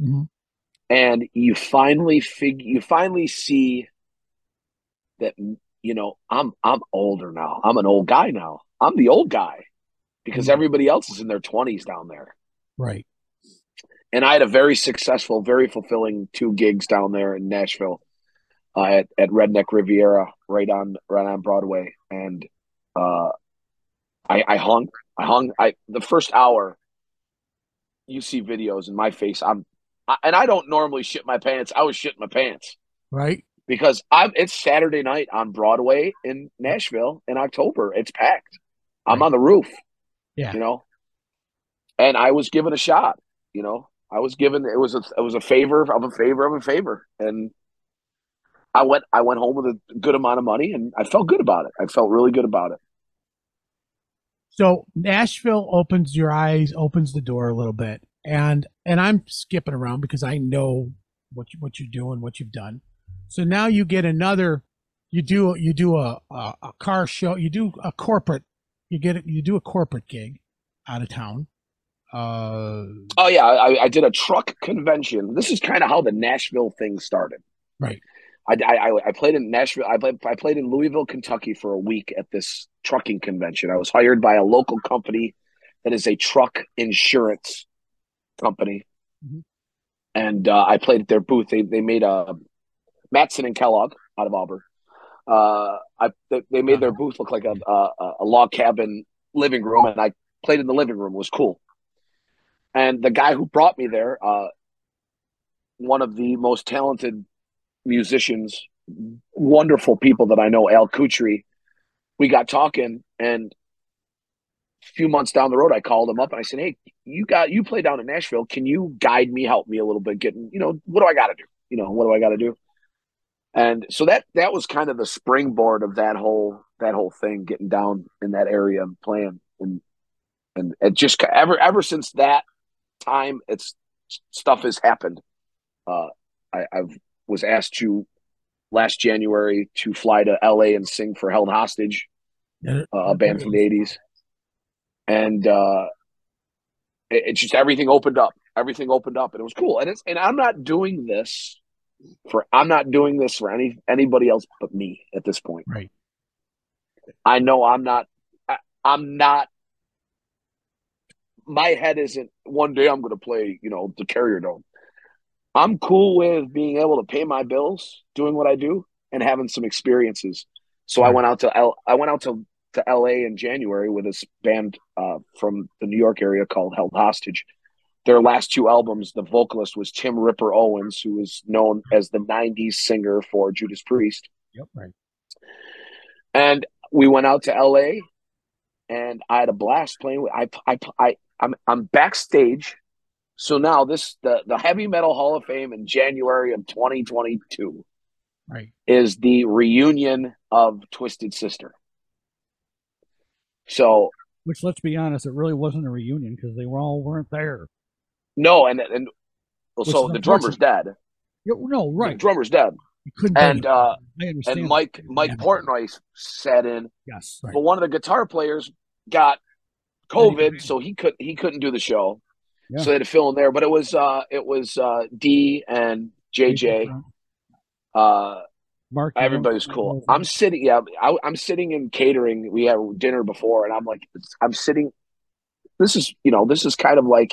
Mhm. And you finally fig you finally see that you know I'm I'm older now. I'm an old guy now. I'm the old guy because Mhm. everybody else is in their twenties down there. Right. and I had a very successful, very fulfilling two gigs down there in Nashville uh, at at Redneck Riviera, right on right on Broadway, and uh, I, I hung, I hung, I the first hour. You see videos in my face. I'm, I, and I don't normally shit my pants. I was shitting my pants Right? because I'm. It's Saturday night on Broadway in Nashville in October. It's packed. I'm on the roof. Yeah. you know. And I was given a shot. You know, I was given. It was a. It was a favor of a favor of a favor, and I went. I went home with a good amount of money, and I felt good about it. I felt really good about it. So Nashville opens your eyes, opens the door a little bit, and and I'm skipping around because I know what you, what you're doing, what you've done. So now you get another. You do you do a, a a car show. You do a corporate. You get you do a corporate gig out of town. Uh, Oh yeah, I, I did a truck convention. This is kind of how the Nashville thing started. Right. I, I, I- I played in Nashville. I played, I played in Louisville, Kentucky for a week at this trucking convention. I was hired by a local company that is a truck insurance company, Mhm. and uh, I played at their booth. They they made a Matson and Kellogg out of Auburn. Uh, I they, they made their booth look like a, a a log cabin living room, and I played in the living room. It was cool. And the guy who brought me there, uh, one of the most talented musicians, wonderful people that I know, Al Kutri, we got talking and a few months down the road I called him up and I said, Hey, you got you play down in Nashville. Can you guide me, help me a little bit, getting you know, what do I gotta do? You know, what do I gotta do? And so that that was kind of the springboard of that whole that whole thing, getting down in that area and playing and and it just ki- ever ever since that time it's stuff has happened. Uh I, I was asked to last January to fly to LA and sing for Held Hostage, Yeah. uh, a band from the eighties. And uh it, it's just everything opened up. Everything opened up and it was cool. And it's and I'm not doing this for I'm not doing this for any anybody else but me at this point. Right. I know I'm not I, I'm not my head isn't one day I'm gonna play, you know, the carrier dome. I'm cool with being able to pay my bills, doing what I do, and having some experiences. So I went out to L I went out to, to LA in January with this band uh, from the New York area called Held Hostage. Their last two albums, the vocalist was Tim Ripper Owens, who is known as the '90s singer for Judas Priest. Yep. Right. And we went out to LA, and I had a blast playing. With, I, I, I, I'm, I'm backstage. So now this the the Heavy Metal Hall of Fame in January of 2022 Right. is the reunion of Twisted Sister. So Which, let's be honest, it really wasn't a reunion because they were all weren't there. no, and and well, Which so is the drummer's dead. Yeah, no, The right. drummer's dead, You couldn't. and uh, I understand. and Mike that. Mike Yeah. Portnoy sat in, Yes. Right. but one of the guitar players got Yeah, COVID, he- so he could he couldn't do the show. Yeah. So they had to fill in there, but it was uh it was uh D and JJ. Uh Mark. everybody's cool. I'm sitting yeah, I, I'm sitting in catering. We had dinner before and I'm like I'm sitting this is, you know, this is kind of like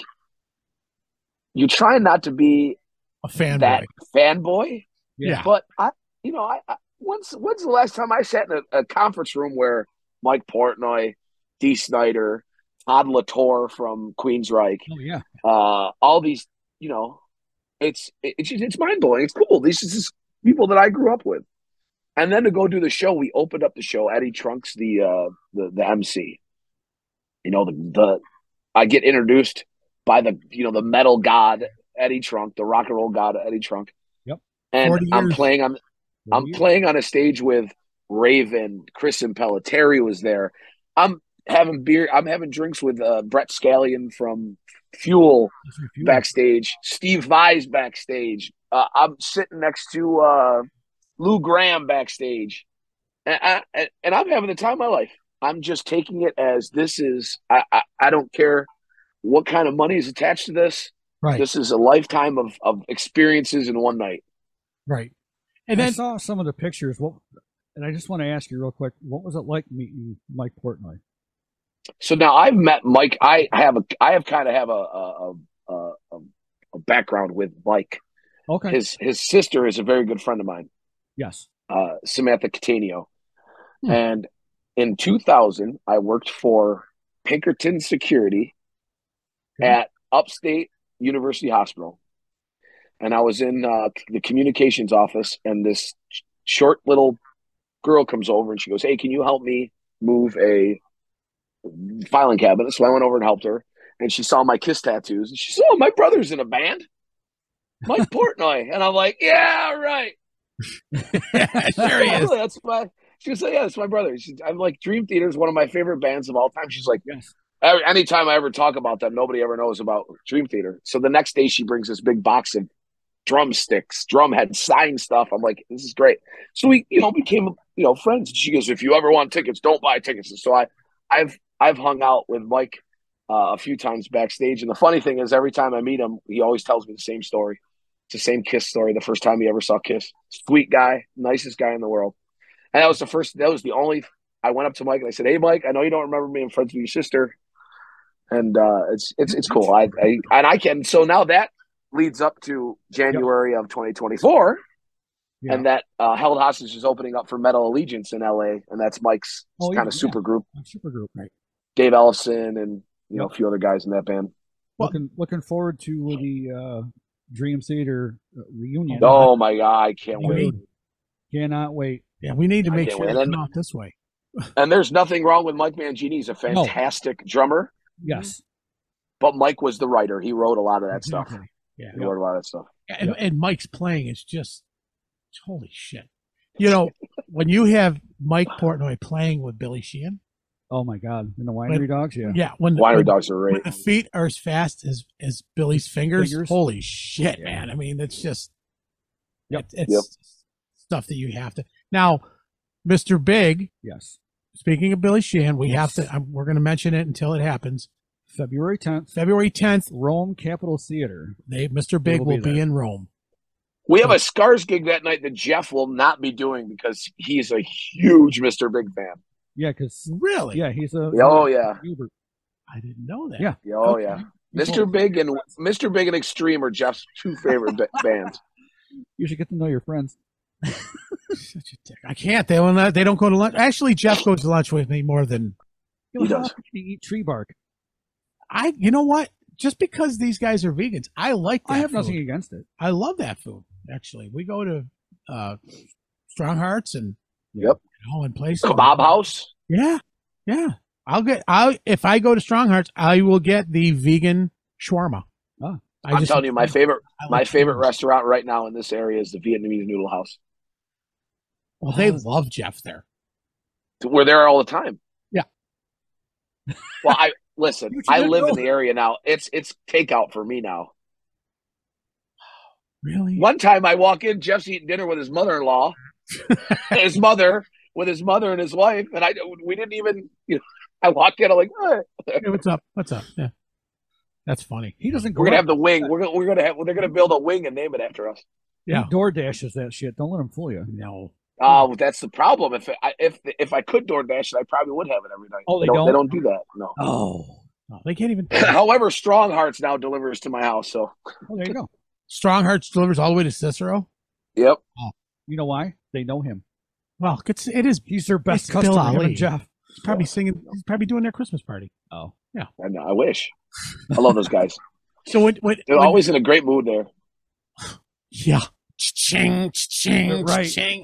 you try not to be a fanboy. that fanboy, yeah. but I you know, I, I when's when's the last time I sat in a, a conference room where Mike Portnoy, D Snyder, Todd Latour from Queensryche Oh, yeah. uh, all these, you know, it's it's just, it's mind blowing. It's cool. These is just people that I grew up with, and then to go do the show, we opened up the show. Eddie Trunks, the uh, the the MC, you know, the the I get introduced by the you know the metal god Eddie Trunk, the rock and roll god Eddie Trunk. Yep. And 40 I'm years. playing on I'm Well, playing on a stage with Raven, Chris and Pelletieri was there. I'm having beer. I'm having drinks with uh, Brett Scallion from Fuel if you- backstage. Steve Vai's backstage. Uh, I'm sitting next to uh, Lou Graham backstage, and, I, and- and I'm having the time of my life. I'm just taking it as this is. I, I I don't care what kind of money is attached to this. Right. This is a lifetime of of experiences in one night. right. And I then <laughs> saw some of the pictures. What? And I just want to ask you real quick, what was it like meeting Mike Portnoy? So now I've met Mike. I have a I have kind of have a a, a, a, a background with Mike. Okay. His his sister is a very good friend of mine. yes. uh, Samantha Catania. Hmm. And in 2000, I worked for Pinkerton Security Okay. at Upstate University Hospital. And I was in uh, the communications office, and this sh- short little girl comes over and she goes, Hey, can you help me move a filing cabinet? So I went over and helped her. And she saw my kiss tattoos, and she said, "Oh, my brother's in a band, Mike Portnoy." and I'm like, "Yeah, right." <laughs> sure he Yeah, is. <laughs> That's my. She was like, "Yeah, it's my brother." She, I'm like, Dream Theater is one of my favorite bands of all time. She's like, Yes. every, anytime I ever talk about them, nobody ever knows about Dream Theater. So the next day, she brings this big box of drumsticks, drumhead, sign stuff. I'm like, this is great. So we, you know, became you know friends. And she goes, if you ever want tickets, don't buy tickets. And so I, I've I've hung out with Mike uh, a few times backstage, and the funny thing is, every time I meet him, he always tells me the same story. It's the same Kiss story. The first time he ever saw Kiss, sweet guy, nicest guy in the world, and that was the first. That was the only. I went up to Mike and I said, "Hey, Mike, I know you don't remember me. I'm friends with your sister." and uh, it's it's it's cool. I, I and I can so now that leads up to January of 2024, Yeah. and that uh, Held Hostage is opening up for Metal Allegiance in LA, and that's Mike's Oh, kind yeah. of super group. Supergroup. Dave Ellison and you know a Yep. few other guys in that band. Well- looking looking forward to the uh, Dream Theater uh, reunion. Oh my god, I can't You wait! mean- Dude, cannot wait. Yeah, we need to I make can't sure wait. it's And- not this way. And there's nothing wrong with Mike Mangini. He's a fantastic drummer, Yes, Mm-hmm. but Mike was the writer. He wrote a lot of that stuff. Exactly. Yeah. He wrote a lot of that stuff. And, and Mike's playing is just holy shit. You <laughs> know, when you have Mike Portnoy playing with Billy Sheehan, Oh my God, in the winery Wait. dogs. Yeah, yeah, when the, Winery when, Dogs are when great. the feet are as fast as as Billy's fingers, Fingers. holy shit, Yeah. man! I mean, that's just Yep. it- it's stuff that you have to now. Mister Big, yes. speaking of Billy Sheehan, we have Yes. to. I'm, we're going to mention it until it happens. February tenth, February 10th, Rome Capitol Theater. they Mr. Big will will be be there. in Rome. We have a Scars gig that night that Jeff will not be doing because he's a huge Mr. Big fan. Yeah, because Really? yeah, he's a Oh yeah, Uber. I didn't know that. Yeah. Yeah, oh Okay. yeah. Mr. Big and Mr. Big and Extreme are Jeff's two favorite ba- bands. You should get to know your friends. Such a dick. I can't. They will not, they don't go to lunch. Actually, Jeff goes to lunch with me more than You know, He how does. often do you eat tree bark? I. You know what? Just because these guys are vegans, I like. That I have food. nothing against it. I love that food. Actually, we go to uh, Strong Hearts and Yep. all in place. Kebab House. Yeah, yeah. I'll get. I if I go to Strong Hearts, I will get the vegan shawarma. Ah. I I'm telling you, my favorite I like my favorite shawarma. restaurant right now in this area is the Vietnamese Noodle House. Well, they love Jeff there. We're there all the time. Yeah. <laughs> Well, I listen. You should I just live go in the area now. It's it's takeout for me now. Really? One time I walk in, Jeff's eating dinner with <laughs> his mother-in-law, his mother with his mother and his wife, and I we didn't even. You know, I walked in. I'm like, "Eh, Hey, what's up? What's up? Yeah. That's funny. He doesn't go. we're gonna have the wing. We're gonna, we're gonna have. They're gonna build a wing and name it after us. Yeah. Door dashes that shit. Don't let him fool you. No. Hmm. Oh, that's the problem. If I if if I could DoorDash it, I probably would have it every night. Oh, they They don't? don't do that. No. <clears throat> Oh. No, they can't even. However, Strong Hearts now delivers to my house. So, Oh, there you go. Strong Hearts delivers all the way to Cicero. yep. You know why? They know him. Well, it's it is He's their best It's Bill customer. him Ali. and Jeff. he's probably singing. He's probably doing their Christmas party. Oh, I know. I wish. I love those guys. So what? What? They're when- always in a great mood there. <laughs> Yeah. Ching, ching, You're right. ching.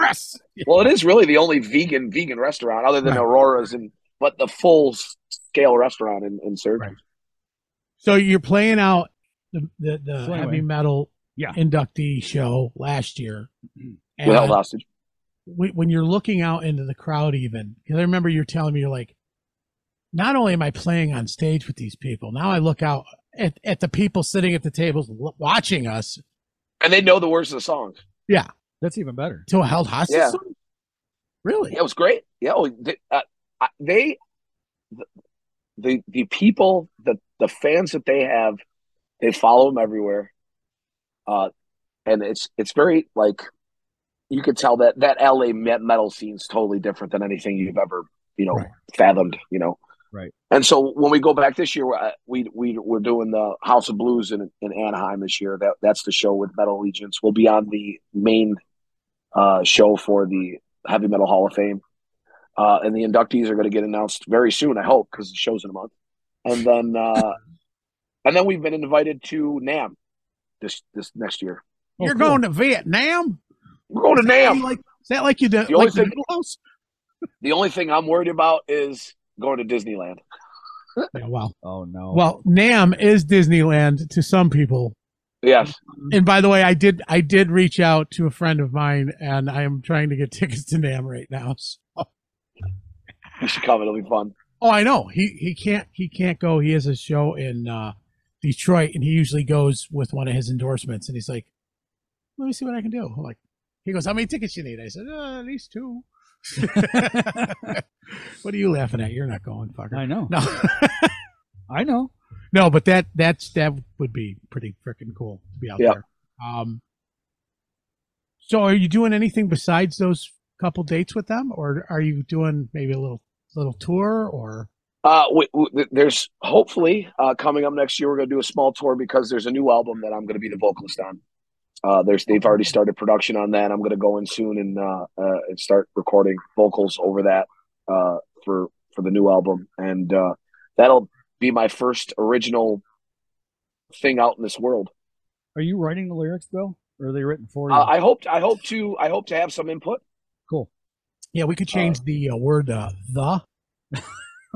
Yes. Well, it is really the only vegan vegan restaurant other than Right. Aurora's and but the full scale restaurant in in Surrey. Right. So you're playing out the the, the So heavy anyway. metal Yeah. inductee show last year. And We held hostage. when when you're looking out into the crowd, even because I remember you're telling me you're like, not only am I playing on stage with these people, now I look out at, at the people sitting at the tables l- watching us And they know the words of the songs. that's even better. to a held hostage. Yeah. song? Really? Yeah, It was great. Yeah, oh, they, uh, I- they the, the the people the the fans that they have, they follow them everywhere, uh, and it's it's very like you could tell that that LA me- metal scene's totally different than anything you've ever you know Right. fathomed. You know, Right. And so when we go back this year, uh, we we we're doing the House of Blues in in Anaheim this year. That that's the show with Metal Allegiance. We'll be on the main uh, show for the Heavy Metal Hall of Fame. Uh, and the inductees are going to get announced very soon, I hope, because the show's in a month. And then, uh, and then we've been invited to Nam this this next year. Oh, You're cool. going to Vietnam? We're going to Nam. Like, is that like you did? The only Like the thing- Noodle <laughs> House? The only thing I'm worried about is going to Disneyland. Yeah, wow. Oh no. Well, Nam is Disneyland to some people. Yes, And by the way, I did I did reach out to a friend of mine, and I am trying to get <laughs> tickets to Nam right now. <laughs> So. you should come. It'll be fun. Oh, I know. He he can't he can't go. He has a show in uh, Detroit, and he usually goes with one of his endorsements. And he's like, "Let me see what I can do." I'm like, he goes, "How many tickets you need?" I said, uh, "At least two. <laughs> what are you laughing at? You're not going, fucker. I know. No, <laughs> I know. no, but that that's that would be pretty freaking cool to be out Yeah. there. Um, so, are you doing anything besides those couple dates with them, or are you doing maybe a little little tour or? Uh, we, we, there's hopefully uh, coming up next year. We're going to do a small tour because there's a new album that I'm going to be the vocalist on. Uh, there's they've already started production on that. I'm going to go in soon and uh, uh, and start recording vocals over that uh, for for the new album, and uh, that'll be my first original thing out in this world. Are you writing the lyrics, Bill? Or are they written for you? Uh, I hope I hope to I hope to have some input. cool. Yeah, we could change the uh, word uh, the. <laughs>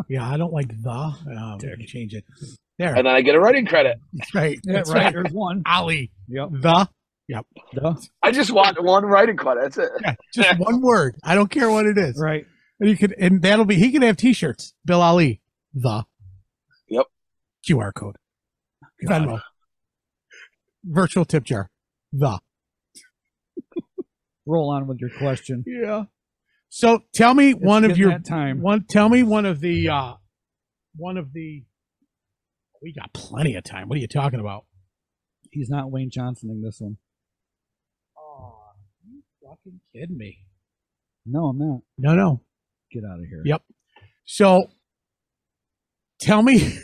yeah, I don't like the. Uh, we can change it. There, And then I get a writing credit. that's right. <laughs> Yeah, That's right. There's one. Ali, Yep. the. Duh. I just want one writing credit. That's it. Yeah, just one word. I don't care what it is. Right. And you could, and that'll be. He could have T-shirts. Bill Ali, the. Yep. QR code. Venmo. Virtual tip jar. The. Roll on with your question. Yeah. So tell me It's one of getting your that time. One, tell me one of the, uh, one of the. We got plenty of time. What are you talking about? He's not Wayne Johnsoning this one. Oh, you fucking kidding me? No, I'm not. No, no. Get out of here. Yep. So, tell me,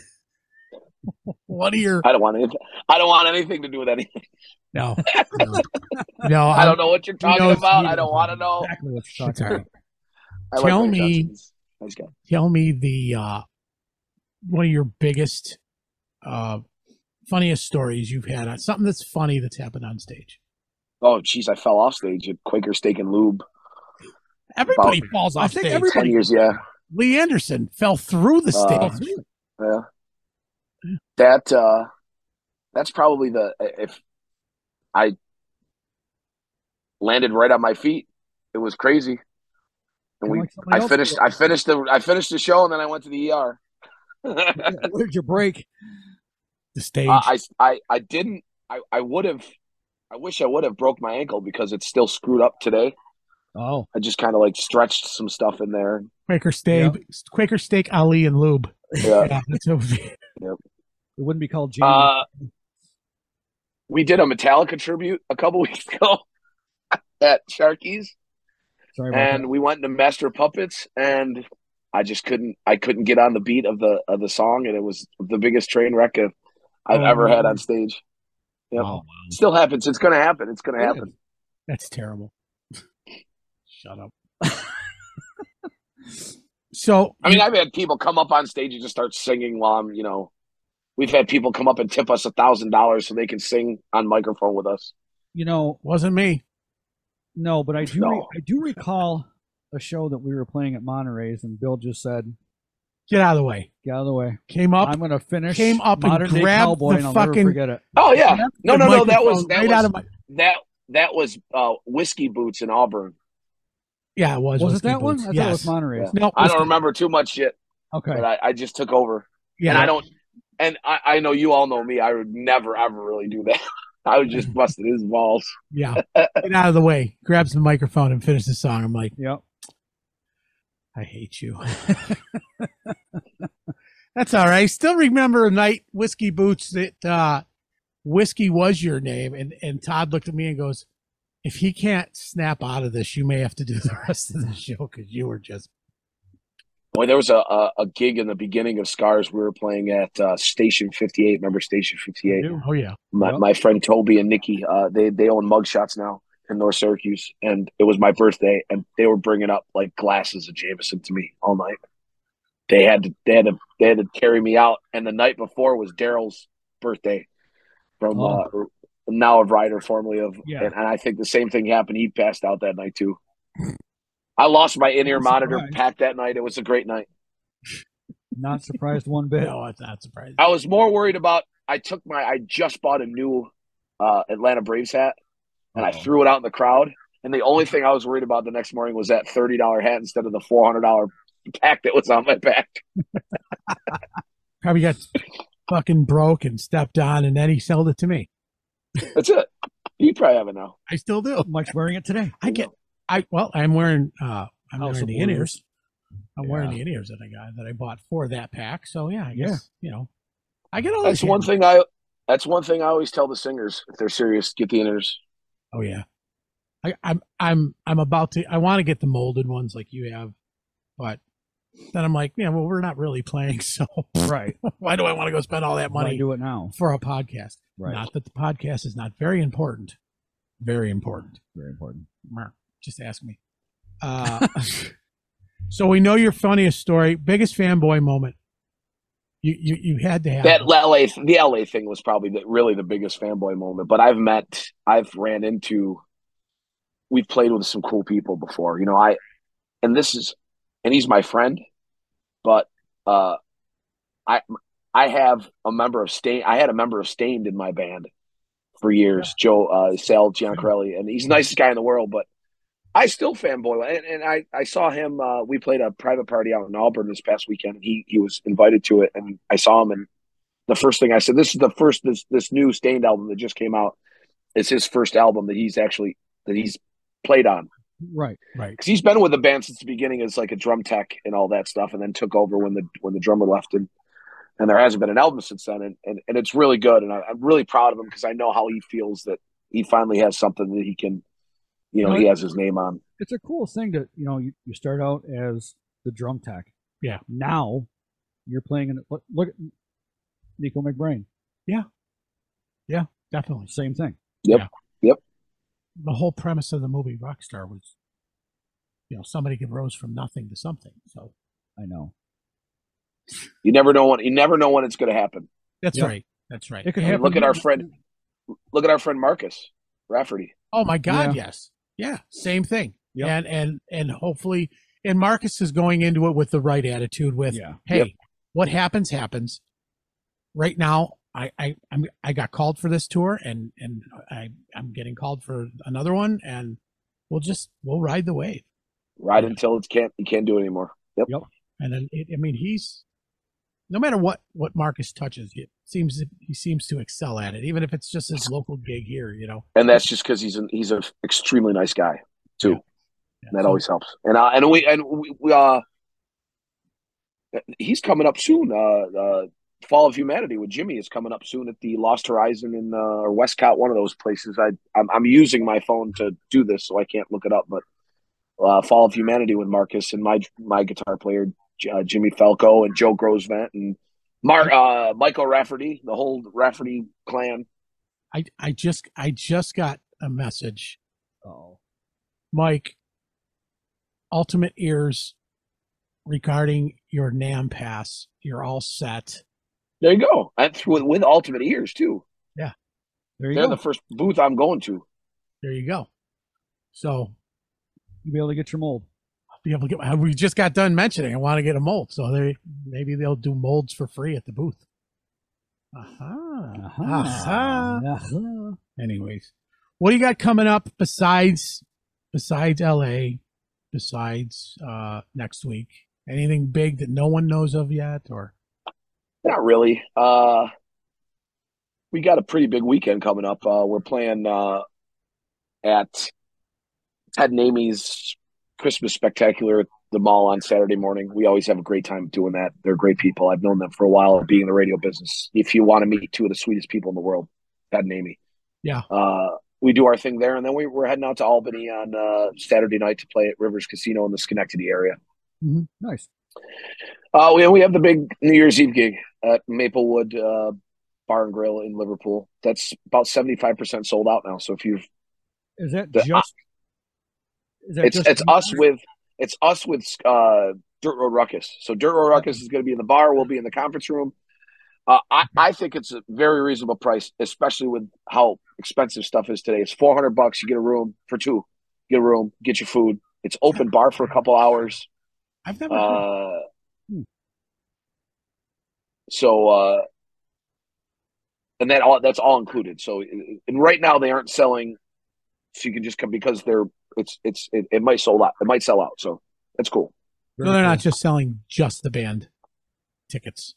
<laughs> what are your? I don't want anything. I don't want anything to do with anything. <laughs> No, no, no I don't know what you're talking knows about. you I don't don't want to know. Exactly what you're It's talking all right. about. I like Tell Wayne me- Johnson. He's a nice guy. tell me the uh, one of your biggest, uh, funniest stories you've had on something that's funny that's happened on stage. Oh, jeez, I fell off stage at Quaker Steak and Lube. Everybody falls off I think stage. every- Ten years, yeah, Lee Anderson fell through the Uh, stage. yeah. That uh, that's probably the if I landed right on my feet, it was crazy. And we, Like somebody I else finished, did. I finished the, I finished the show, and then I went to the ER. Where'd you break? the stage. Uh, <laughs> I, I, I didn't. I, I would have. I wish I would have broke my ankle because it's still screwed up today. Oh, I just kind of like stretched some stuff in there. Quaker steak, Quaker steak, Ali and Lube. <laughs> Yeah. Yeah, that's a- it wouldn't be called Jamie. Uh, we did a Metallica tribute a couple <laughs> weeks ago at Sharky's, Sorry about and that. we went to Master of Puppets, and I just couldn't. I couldn't get on the beat of the of the song, and it was the biggest train wreck of, I've Oh, ever had no. on stage. Yep. Oh, wow. Still happens. It's going to happen. It's going to Yeah. happen. <laughs> that's terrible. Shut up. so I mean, I've had people come up on stage and just start singing while I'm, you know, we've had people come up and tip us a thousand dollars so they can sing on microphone with us. You know, wasn't me. No, but I do. Re- No. I do recall a show that we were playing at Monterey's, and Bill just said, Get out of the way. "Get out of the way. Came up. I'm going to finish." came up and modern Day grabbed Cowboy, the and I'll fucking- never forget it. Oh yeah, Snapped no, the no, no. That was microphone that right was out of my. that that was uh, whiskey boots in Auburn. Yeah, it was. Was, it Whiskey that one? I Boots. thought it was yes. Monterey's. No, I Whiskey- don't remember too much shit, Okay. but I, I just took over, Yeah, and I don't. And I, I know you all know me. I would never ever really do that. <laughs> I would just busted his balls. yeah. Get out of the way. Grabs the microphone and finishes the song. I'm like, Yep. I hate you. <laughs> That's all right. Still remember a night whiskey boots that uh, whiskey was your name, and and Todd looked at me and goes, "If he can't snap out of this, you may have to do the rest of the show because you were just Boy, there was a, a a gig in the beginning of Scars. We were playing at uh, Station Fifty Eight. Remember Station Fifty Eight? oh yeah, my, Yep. my friend Toby and Nikki, uh, they they own mugshots now in North Syracuse, and it was my birthday, and they were bringing up like glasses of Jameson to me all night. They had to they had to they had to carry me out, and the night before was Daryl's birthday from uh, now of Ryder, formerly of, Oh. Yeah. and, and I think the same thing happened. He passed out that night too. I lost my in ear I'm monitor surprised. pack that night. It was a great night. Not surprised one <laughs> bit. no, it's not surprising. I was more worried about I took my I just bought a new uh, Atlanta Braves hat and I Uh-oh. threw it out in the crowd. And the only thing I was worried about the next morning was that thirty dollar hat instead of the four hundred dollar pack that was on my back. Probably got fucking broke and stepped on, and then he sold it to me. That's it. You probably have it now. I still do. Mike's wearing it today. I get. I well, I'm wearing. uh I'm wearing House of the Blues. in ears. I'm wearing Yeah. the in ears that I got that I bought for that pack. So yeah, I Yeah. guess you know. I get all That's this one thing I. That's one thing I always tell the singers if they're serious, get the inners. Oh yeah, I, I'm I'm I'm about to. I want to get the molded ones like you have, but Then I'm like, yeah, well, we're not really playing, <laughs> so Right. why do I want to go spend all that <laughs> Why money do it now. for a podcast? Right. Not that the podcast is not very important. Very important. Very important. Mer, Just ask me. Uh, <laughs> so we know your funniest story, biggest fanboy moment. You you, you had to have That it. LA, th- the LA thing was probably the, really the biggest fanboy moment. But I've met, I've ran into, we've played with some cool people before. You know, I, and this is, and he's my friend, but uh, I, I have a member of Stained. I had a member of Stained in my band for years, Joe uh, Sal Giancarelli, and he's the nicest guy in the world. But I still fanboy, and, and I, I saw him. Uh, we played a private party out in Auburn this past weekend. He he was invited to it, and I saw him. And the first thing I said, this is the first this this new Stained album that just came out. It's his first album that he's actually that he's played on Right. right. because he's been with the band since the beginning as like a drum tech and all that stuff, and then took over when the when the drummer left, and and there hasn't been an album since then, and and, and it's really good, and I, I'm really proud of him because I know how he feels that he finally has something that he can, you know, No, he it- has his name on. It's a cool thing to you know you, you start out as the drum tech. Yeah. Now you're playing in look, look at Nico McBrain. Definitely. Same thing. The whole premise of the movie Rockstar was you know, somebody could rose from nothing to something. So I know. You never know when you never know when it's going to happen. that's Yeah. right. That's right. It could I mean, happen. look at our friend, look at our friend Marcus Rafferty. Oh my God, yes. Yeah. Same thing. Yep. And and and hopefully and Marcus is going into it with the right attitude with Yeah. hey, Yep. what happens happens. Right now, I I I'm, I got called for this tour, and and I I'm getting called for another one, and we'll just we'll ride the wave. Right until it can't you can't do it anymore. Yep. And then it, I mean, he's no matter what what Marcus touches, it seems he seems to excel at it, even if it's just his local gig here. You know, and that's just because he's an, he's an extremely nice guy too. Yeah. Yeah, And that so- always helps. And uh, and we and we, we uh, he's coming up soon. Uh, uh, Fall of Humanity with Jimmy is coming up soon at the Lost Horizon in uh, or Westcott, one of those places. I I'm, I'm using my phone to do this, so I can't look it up. But uh, Fall of Humanity with Marcus and my my guitar player J- uh, Jimmy Falco and Joe Grosvent and Mar- uh, Michael Rafferty, the whole Rafferty clan. I I just I just got a message, Oh. Mike. Ultimate ears regarding your Nam pass. You're all set. There you go. That's with, with Ultimate Ears too. There you They're go. the first booth I'm going to. There you go. So You'll be able to get your mold. I'll be able to get. We just got done mentioning. I want to get a mold, so they maybe they'll do molds for free at the booth. Aha. Uh-huh. Aha. Uh-huh. Uh, Anyways, what do you got coming up besides besides L.A. Besides uh, next week, anything big that no one knows of yet, or Not really. Uh, we got a pretty big weekend coming up. Uh, we're playing uh, at Ted and Amy's Christmas Spectacular at the mall on Saturday morning. We always have a great time doing that. They're great people. I've known them for a while, being in the radio business. If you want to meet two of the sweetest people in the world, Ted and Amy. Yeah. Uh, we do our thing there, and then we, we're heading out to Albany on uh, Saturday night to play at Rivers Casino in the Schenectady area. Mm-hmm. Nice. Uh, we, we have the big New Year's Eve gig at Maplewood uh, Bar and Grill in Liverpool. That's about seventy five percent sold out now. So if you've Is that The- just? Is that it's just it's you us guys? with it's us with uh, Dirt Road Ruckus. So Dirt Road Ruckus is going to be in the bar. We'll be in the conference room. Uh, I I think it's a very reasonable price, especially with how expensive stuff is today. It's four hundred bucks. You get a room for two. Get a room. Get your food. It's open bar for a couple hours. I've never. heard. Uh, Hmm. so uh, and that all that's all included. So and right now they aren't selling, so you can just come because they're it's it's it, it might sold out. It might sell out. So that's cool. So they're not just selling just the band tickets.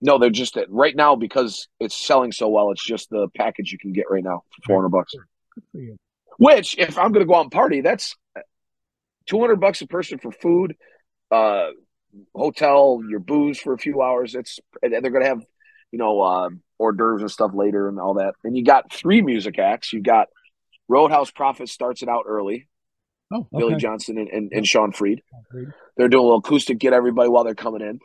No, they're just that right now because it's selling so well. It's just the package you can get right now for four hundred bucks. Good for you. Which, if I'm going to go out and party, that's two hundred bucks a person for food, uh, hotel, your booze for a few hours. It's and they're going to have, you know, uh, hors d'oeuvres and stuff later and all that. And you got three music acts. You got Roadhouse Profit starts it out early. Oh, Billy okay. Johnson and, and, and Sean Freed. Agreed. They're doing a little acoustic, get everybody while they're coming in.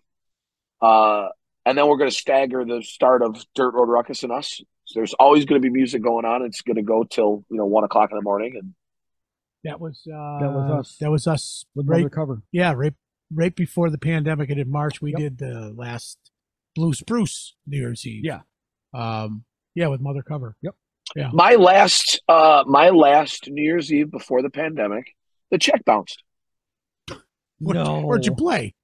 Uh, and then we're going to stagger the start of Dirt Road Ruckus and us. So there's always going to be music going on. It's going to go till you know one o'clock in the morning, and That was uh, That was us. That was us. With right, another cover. yeah, right, right before the pandemic, and in March we Yep. did the last Blue Spruce New Year's Eve. Yeah. um, yeah, with Mother Cover. my last uh, my last New Year's Eve before the pandemic, the check bounced. What- no. Where'd you play?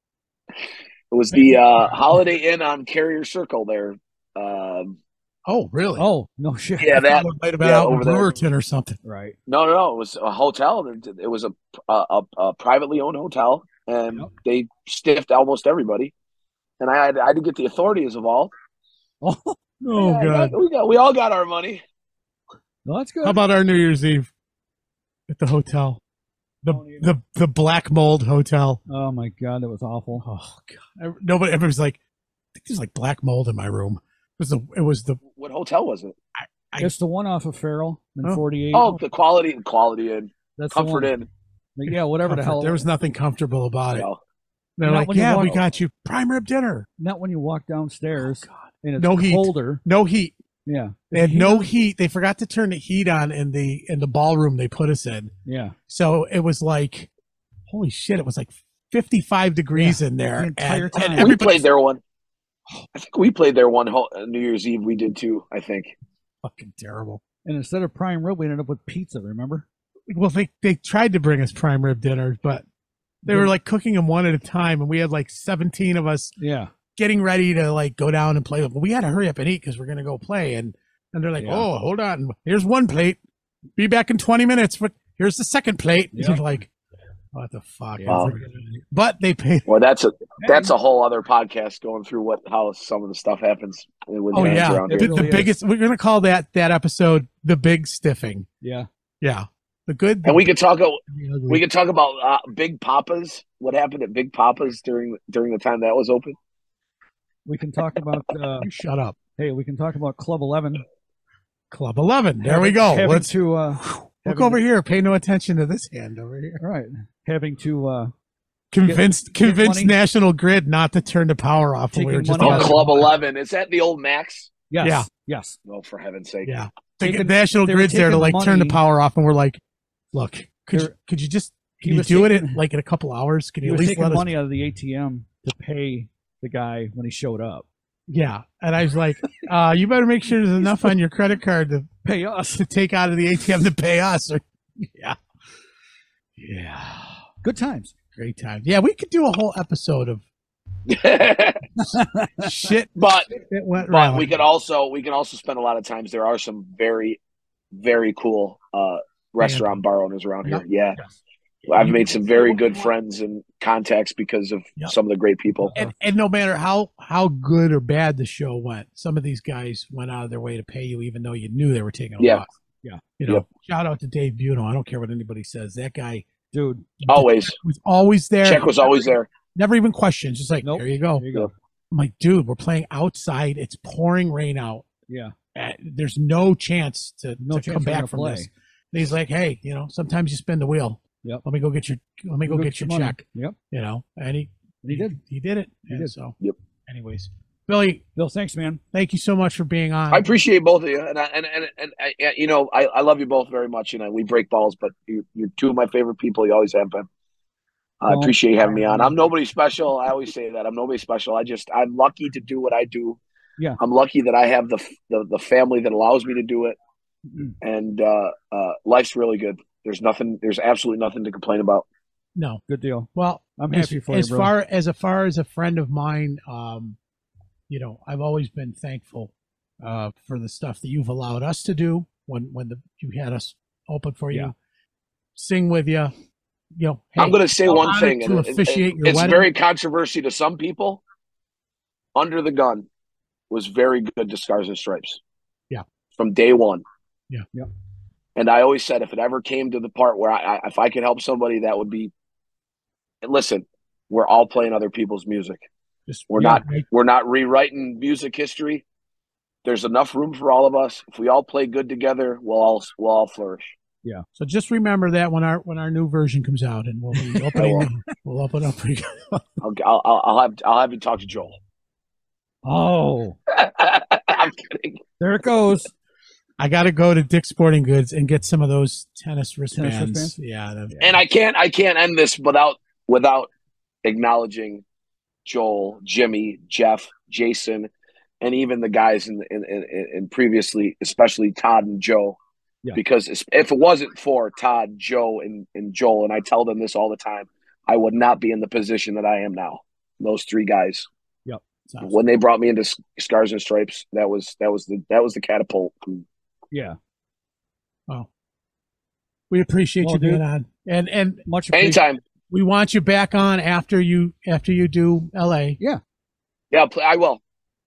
It was the uh, Holiday Inn on Carrier Circle there. Um, Oh, really? Oh, no shit. yeah, I that thought it might have been yeah, out in over there. Brewerton or something. Right. No, no, no. It was a hotel. It was a a, a privately owned hotel, and Yep. they stiffed almost everybody. And I had, I had to get the authorities involved. Oh, Oh Yeah, I God! got- we got we all got our money. no, that's good. How about our New Year's Eve at the hotel, the Don't even- the the Black Mold Hotel? oh my god, that was awful. Oh God! I- Nobody. Everybody's like, I think there's like black mold in my room. It was the it was the What hotel was it? I- it's the one off of Farrell in Oh. 48. Oh, the quality and quality and that's the comfort one. in. Like, yeah, whatever the hell. There was nothing comfortable about it. Well, They're Not like, when you yeah, walk- we got you prime rib dinner. Not when you walk downstairs and it's Oh, No heat. colder. No heat. Yeah. They had no heat. They forgot to turn the heat on in the in the ballroom they put us in. Yeah. So it was like, holy shit! It was like 55 degrees in there. The entire and, time. and We we everybody- played there one. I think we played there one ho- uh, New Year's Eve. We did too. I think. fucking terrible. And instead of prime rib, we ended up with pizza. Remember? Well, they they tried to bring us prime rib dinners, but they were Didn't- like cooking them one at a time, and we had like 17 of us Yeah. getting ready to like go down and play. Well, we had to hurry up and eat because we're gonna go play. And and they're like, Yeah. oh, hold on, here's one plate. Be back in twenty minutes. But here's the second plate. Yeah. You're like, what the fuck? Wow. But they paid. Well, that's a that's a whole other podcast going through what how some of the stuff happens with Oh yeah, around the, here. It really the is. biggest. We're gonna call that that episode the big stiffing. Yeah. Yeah, the good. And we could talk. a- We we could talk about uh, Big Papa's. What happened at Big Papa's during during the time that was open? We can talk about. Uh, shut up. hey, we can talk about Club 11. Club Eleven. There we Having- go. Having Let's to. Uh, look having- over here. Pay no attention to this hand over here. all right. Having to. Uh, Convinced, get convinced money. National Grid not to turn the power off. when we Taking were just money Oh, Yeah. about to- Club Eleven. Is that the old Max? yes. Yeah. Yes. No, for heaven's sake. Yeah. The Taking- national they were grid's there to taking like turn the money- power off, and we're like, look, could you, They're- could you just he can you was do it taking- in like in a couple hours? Can He you at was least taking let us? money out of the ATM to pay the guy when he showed up. Yeah. And I was like, uh, you better make <laughs> sure there's enough on your credit card to, Pay us. to take out of the ATM to pay us. <laughs> Or, yeah. Yeah. Good times. Great time. Yeah, we could do a whole episode <laughs> of shit <laughs> but that went but wrong. we could also we can also spend a lot of times. There are some very very cool uh, restaurant bar owners around here. Yeah. I've made some very good friends and contacts because of Yeah. some of the great people. and, and no matter how how good or bad the show went, some of these guys went out of their way to pay you, even though you knew they were taking a Yeah. loss. Yeah. you know. Yep. Shout out to Dave Buno. I don't care what anybody says. That guy Dude. Always, was always there. check was always there. never even questioned. Just like Nope. there you go. There you go. I'm like, dude, we're playing outside. It's pouring rain out. Yeah. Uh, There's no chance to, to No chance come we're back gonna from play. this. And he's like, hey, you know, sometimes you spin the wheel. Yep. Let me go get your. Let me go, get, your money. check. Yep. You know, and he And he did. He did it. He and did. so. Yep. Anyways, Billy, Bill, thanks, man. thank you so much for being on. I appreciate both of you, and I, and and and I, and, you know I, I love you both very much, and I, we break balls, but you, you're two of my favorite people. You always have been. I Well- appreciate you having me on. I'm nobody special. I always say that I'm nobody special. I just I'm lucky to do what I do. Yeah. I'm lucky that I have the f- the, the family that allows me to do it, and uh, uh, life's really good. There's nothing. There's absolutely nothing to complain about. no. Good deal. Well, I'm as, happy for as you, bro. far as a far as a friend of mine, um, you know, I've always been thankful uh, for the stuff that you've allowed us to do when when the, you had us open for you, Yeah. sing with you. You know, I'm going to say I'm one honored thing. to and it- officiate it- your it's wedding. very controversial to some people. Under the Gun was very good to Scars and Stripes. Yeah. From day one. Yeah. Yep. And I always said if it ever came to the part where I, I if I could help somebody, that would be. And listen, we're all playing other people's music. just we're you know, not- make- We're not rewriting music history. There's enough room for all of us. If we all play good together, we'll all we'll all flourish. Yeah. So just remember that when our when our new version comes out, and we'll <laughs> be opening, we'll open up. for you. I'll, I'll, I'll I'll have I'll have you talk to Joel. <laughs> Oh, I'm kidding. there it goes. I got to go to Dick's Sporting Goods and get some of those tennis wristbands. wristbands? Yeah, that- And I can't I can't end this without without acknowledging Joel, Jimmy, Jeff, Jason, and even the guys in in, in, in previously, especially Todd and Joe. Yeah. Because it's- if it wasn't for Todd, Joe, and, and Joel, and I tell them this all the time, I would not be in the position that I am now. Those three guys, it's awesome. when they brought me into S- Scars and Stripes, that was that was the that was the catapult. Yeah. we appreciate Well, you being dude. on, and and Much appreciated. Anytime, we want you back on after you after you do L.A. yeah, pl- I will.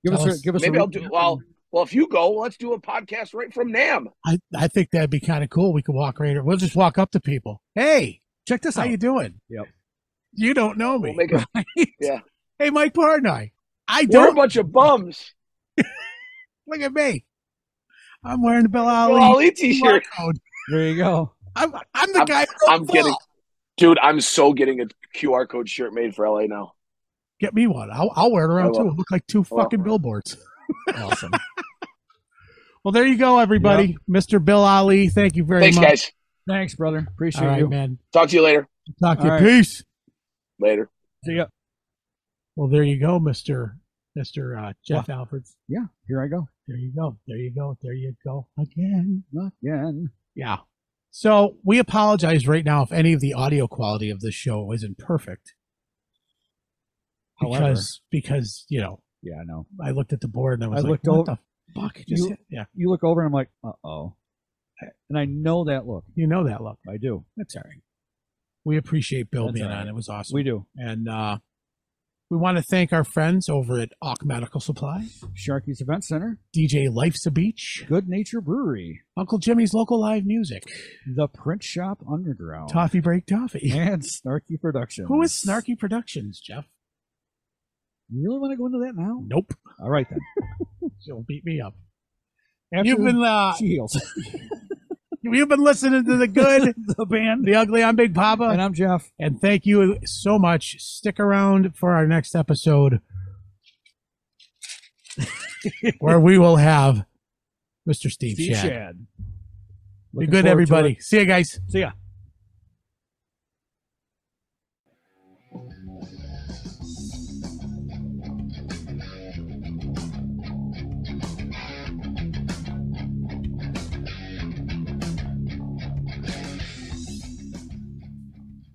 Give us, Tell a, us. give us. a Maybe I'll re- do. Well, well, if you go, let's do a podcast right from Nam. I I think that'd be kind of cool. We could walk right. We'll just walk up to people. Hey, check this how out. you doing? Yep. You don't know me. We'll make a, Yeah. Hey, Mike Portnoy. I we're a don't bunch of bums. look at me. I'm wearing the Bill Well, Ali I'll eat t-shirt. code. There you go. I'm, I'm the guy. from I'm Fall. kidding, dude. I'm so getting a QR code shirt made for LA now. Get me one. I'll, I'll wear it I around will. too. It'll look like two will. fucking billboards. Awesome. <laughs> Well, there you go, everybody. Mr. Bill Ali, thank you very Thanks, much. guys. Thanks, brother. Appreciate All right, you. man. Talk to you later. Talk to you. All right. Peace. Later. See ya. Well, there you go, Mr. Mr. Uh, Jeff Alfreds. Yeah. Here I go There you go. There you go. There you go again. again. Yeah. So we apologize right now if any of the audio quality of this show isn't perfect. However- Because because you know Yeah, I know. I looked at the board and I was I like, looked what over- the fuck just You- hit- Yeah, You look over and I'm like, uh oh, and I know that look. you know that look. I do. That's all right. We appreciate Bill That's being all right. on. It was awesome. We do. and uh, we want to thank our friends over at Auk Medical Supply, Sharky's Event Center, DJ Life's a Beach, Good Nature Brewery, Uncle Jimmy's Local Live Music, The Print Shop Underground, Toffee Break Toffee. and Snarky Productions. Who is Snarky Productions, Jeff? You really want to go into that now? Nope. All right then. She'll beat me up. After You've been uh, she heals. You've been listening to the <laughs> good, the <laughs> band. the ugly. I'm Big And Papa. I'm Jeff. And thank you so much. Stick around for our next <laughs> episode where we will have Mr. Steve, Shad. Shad. Be Looking forward good, to everybody. it. See you guys. See ya.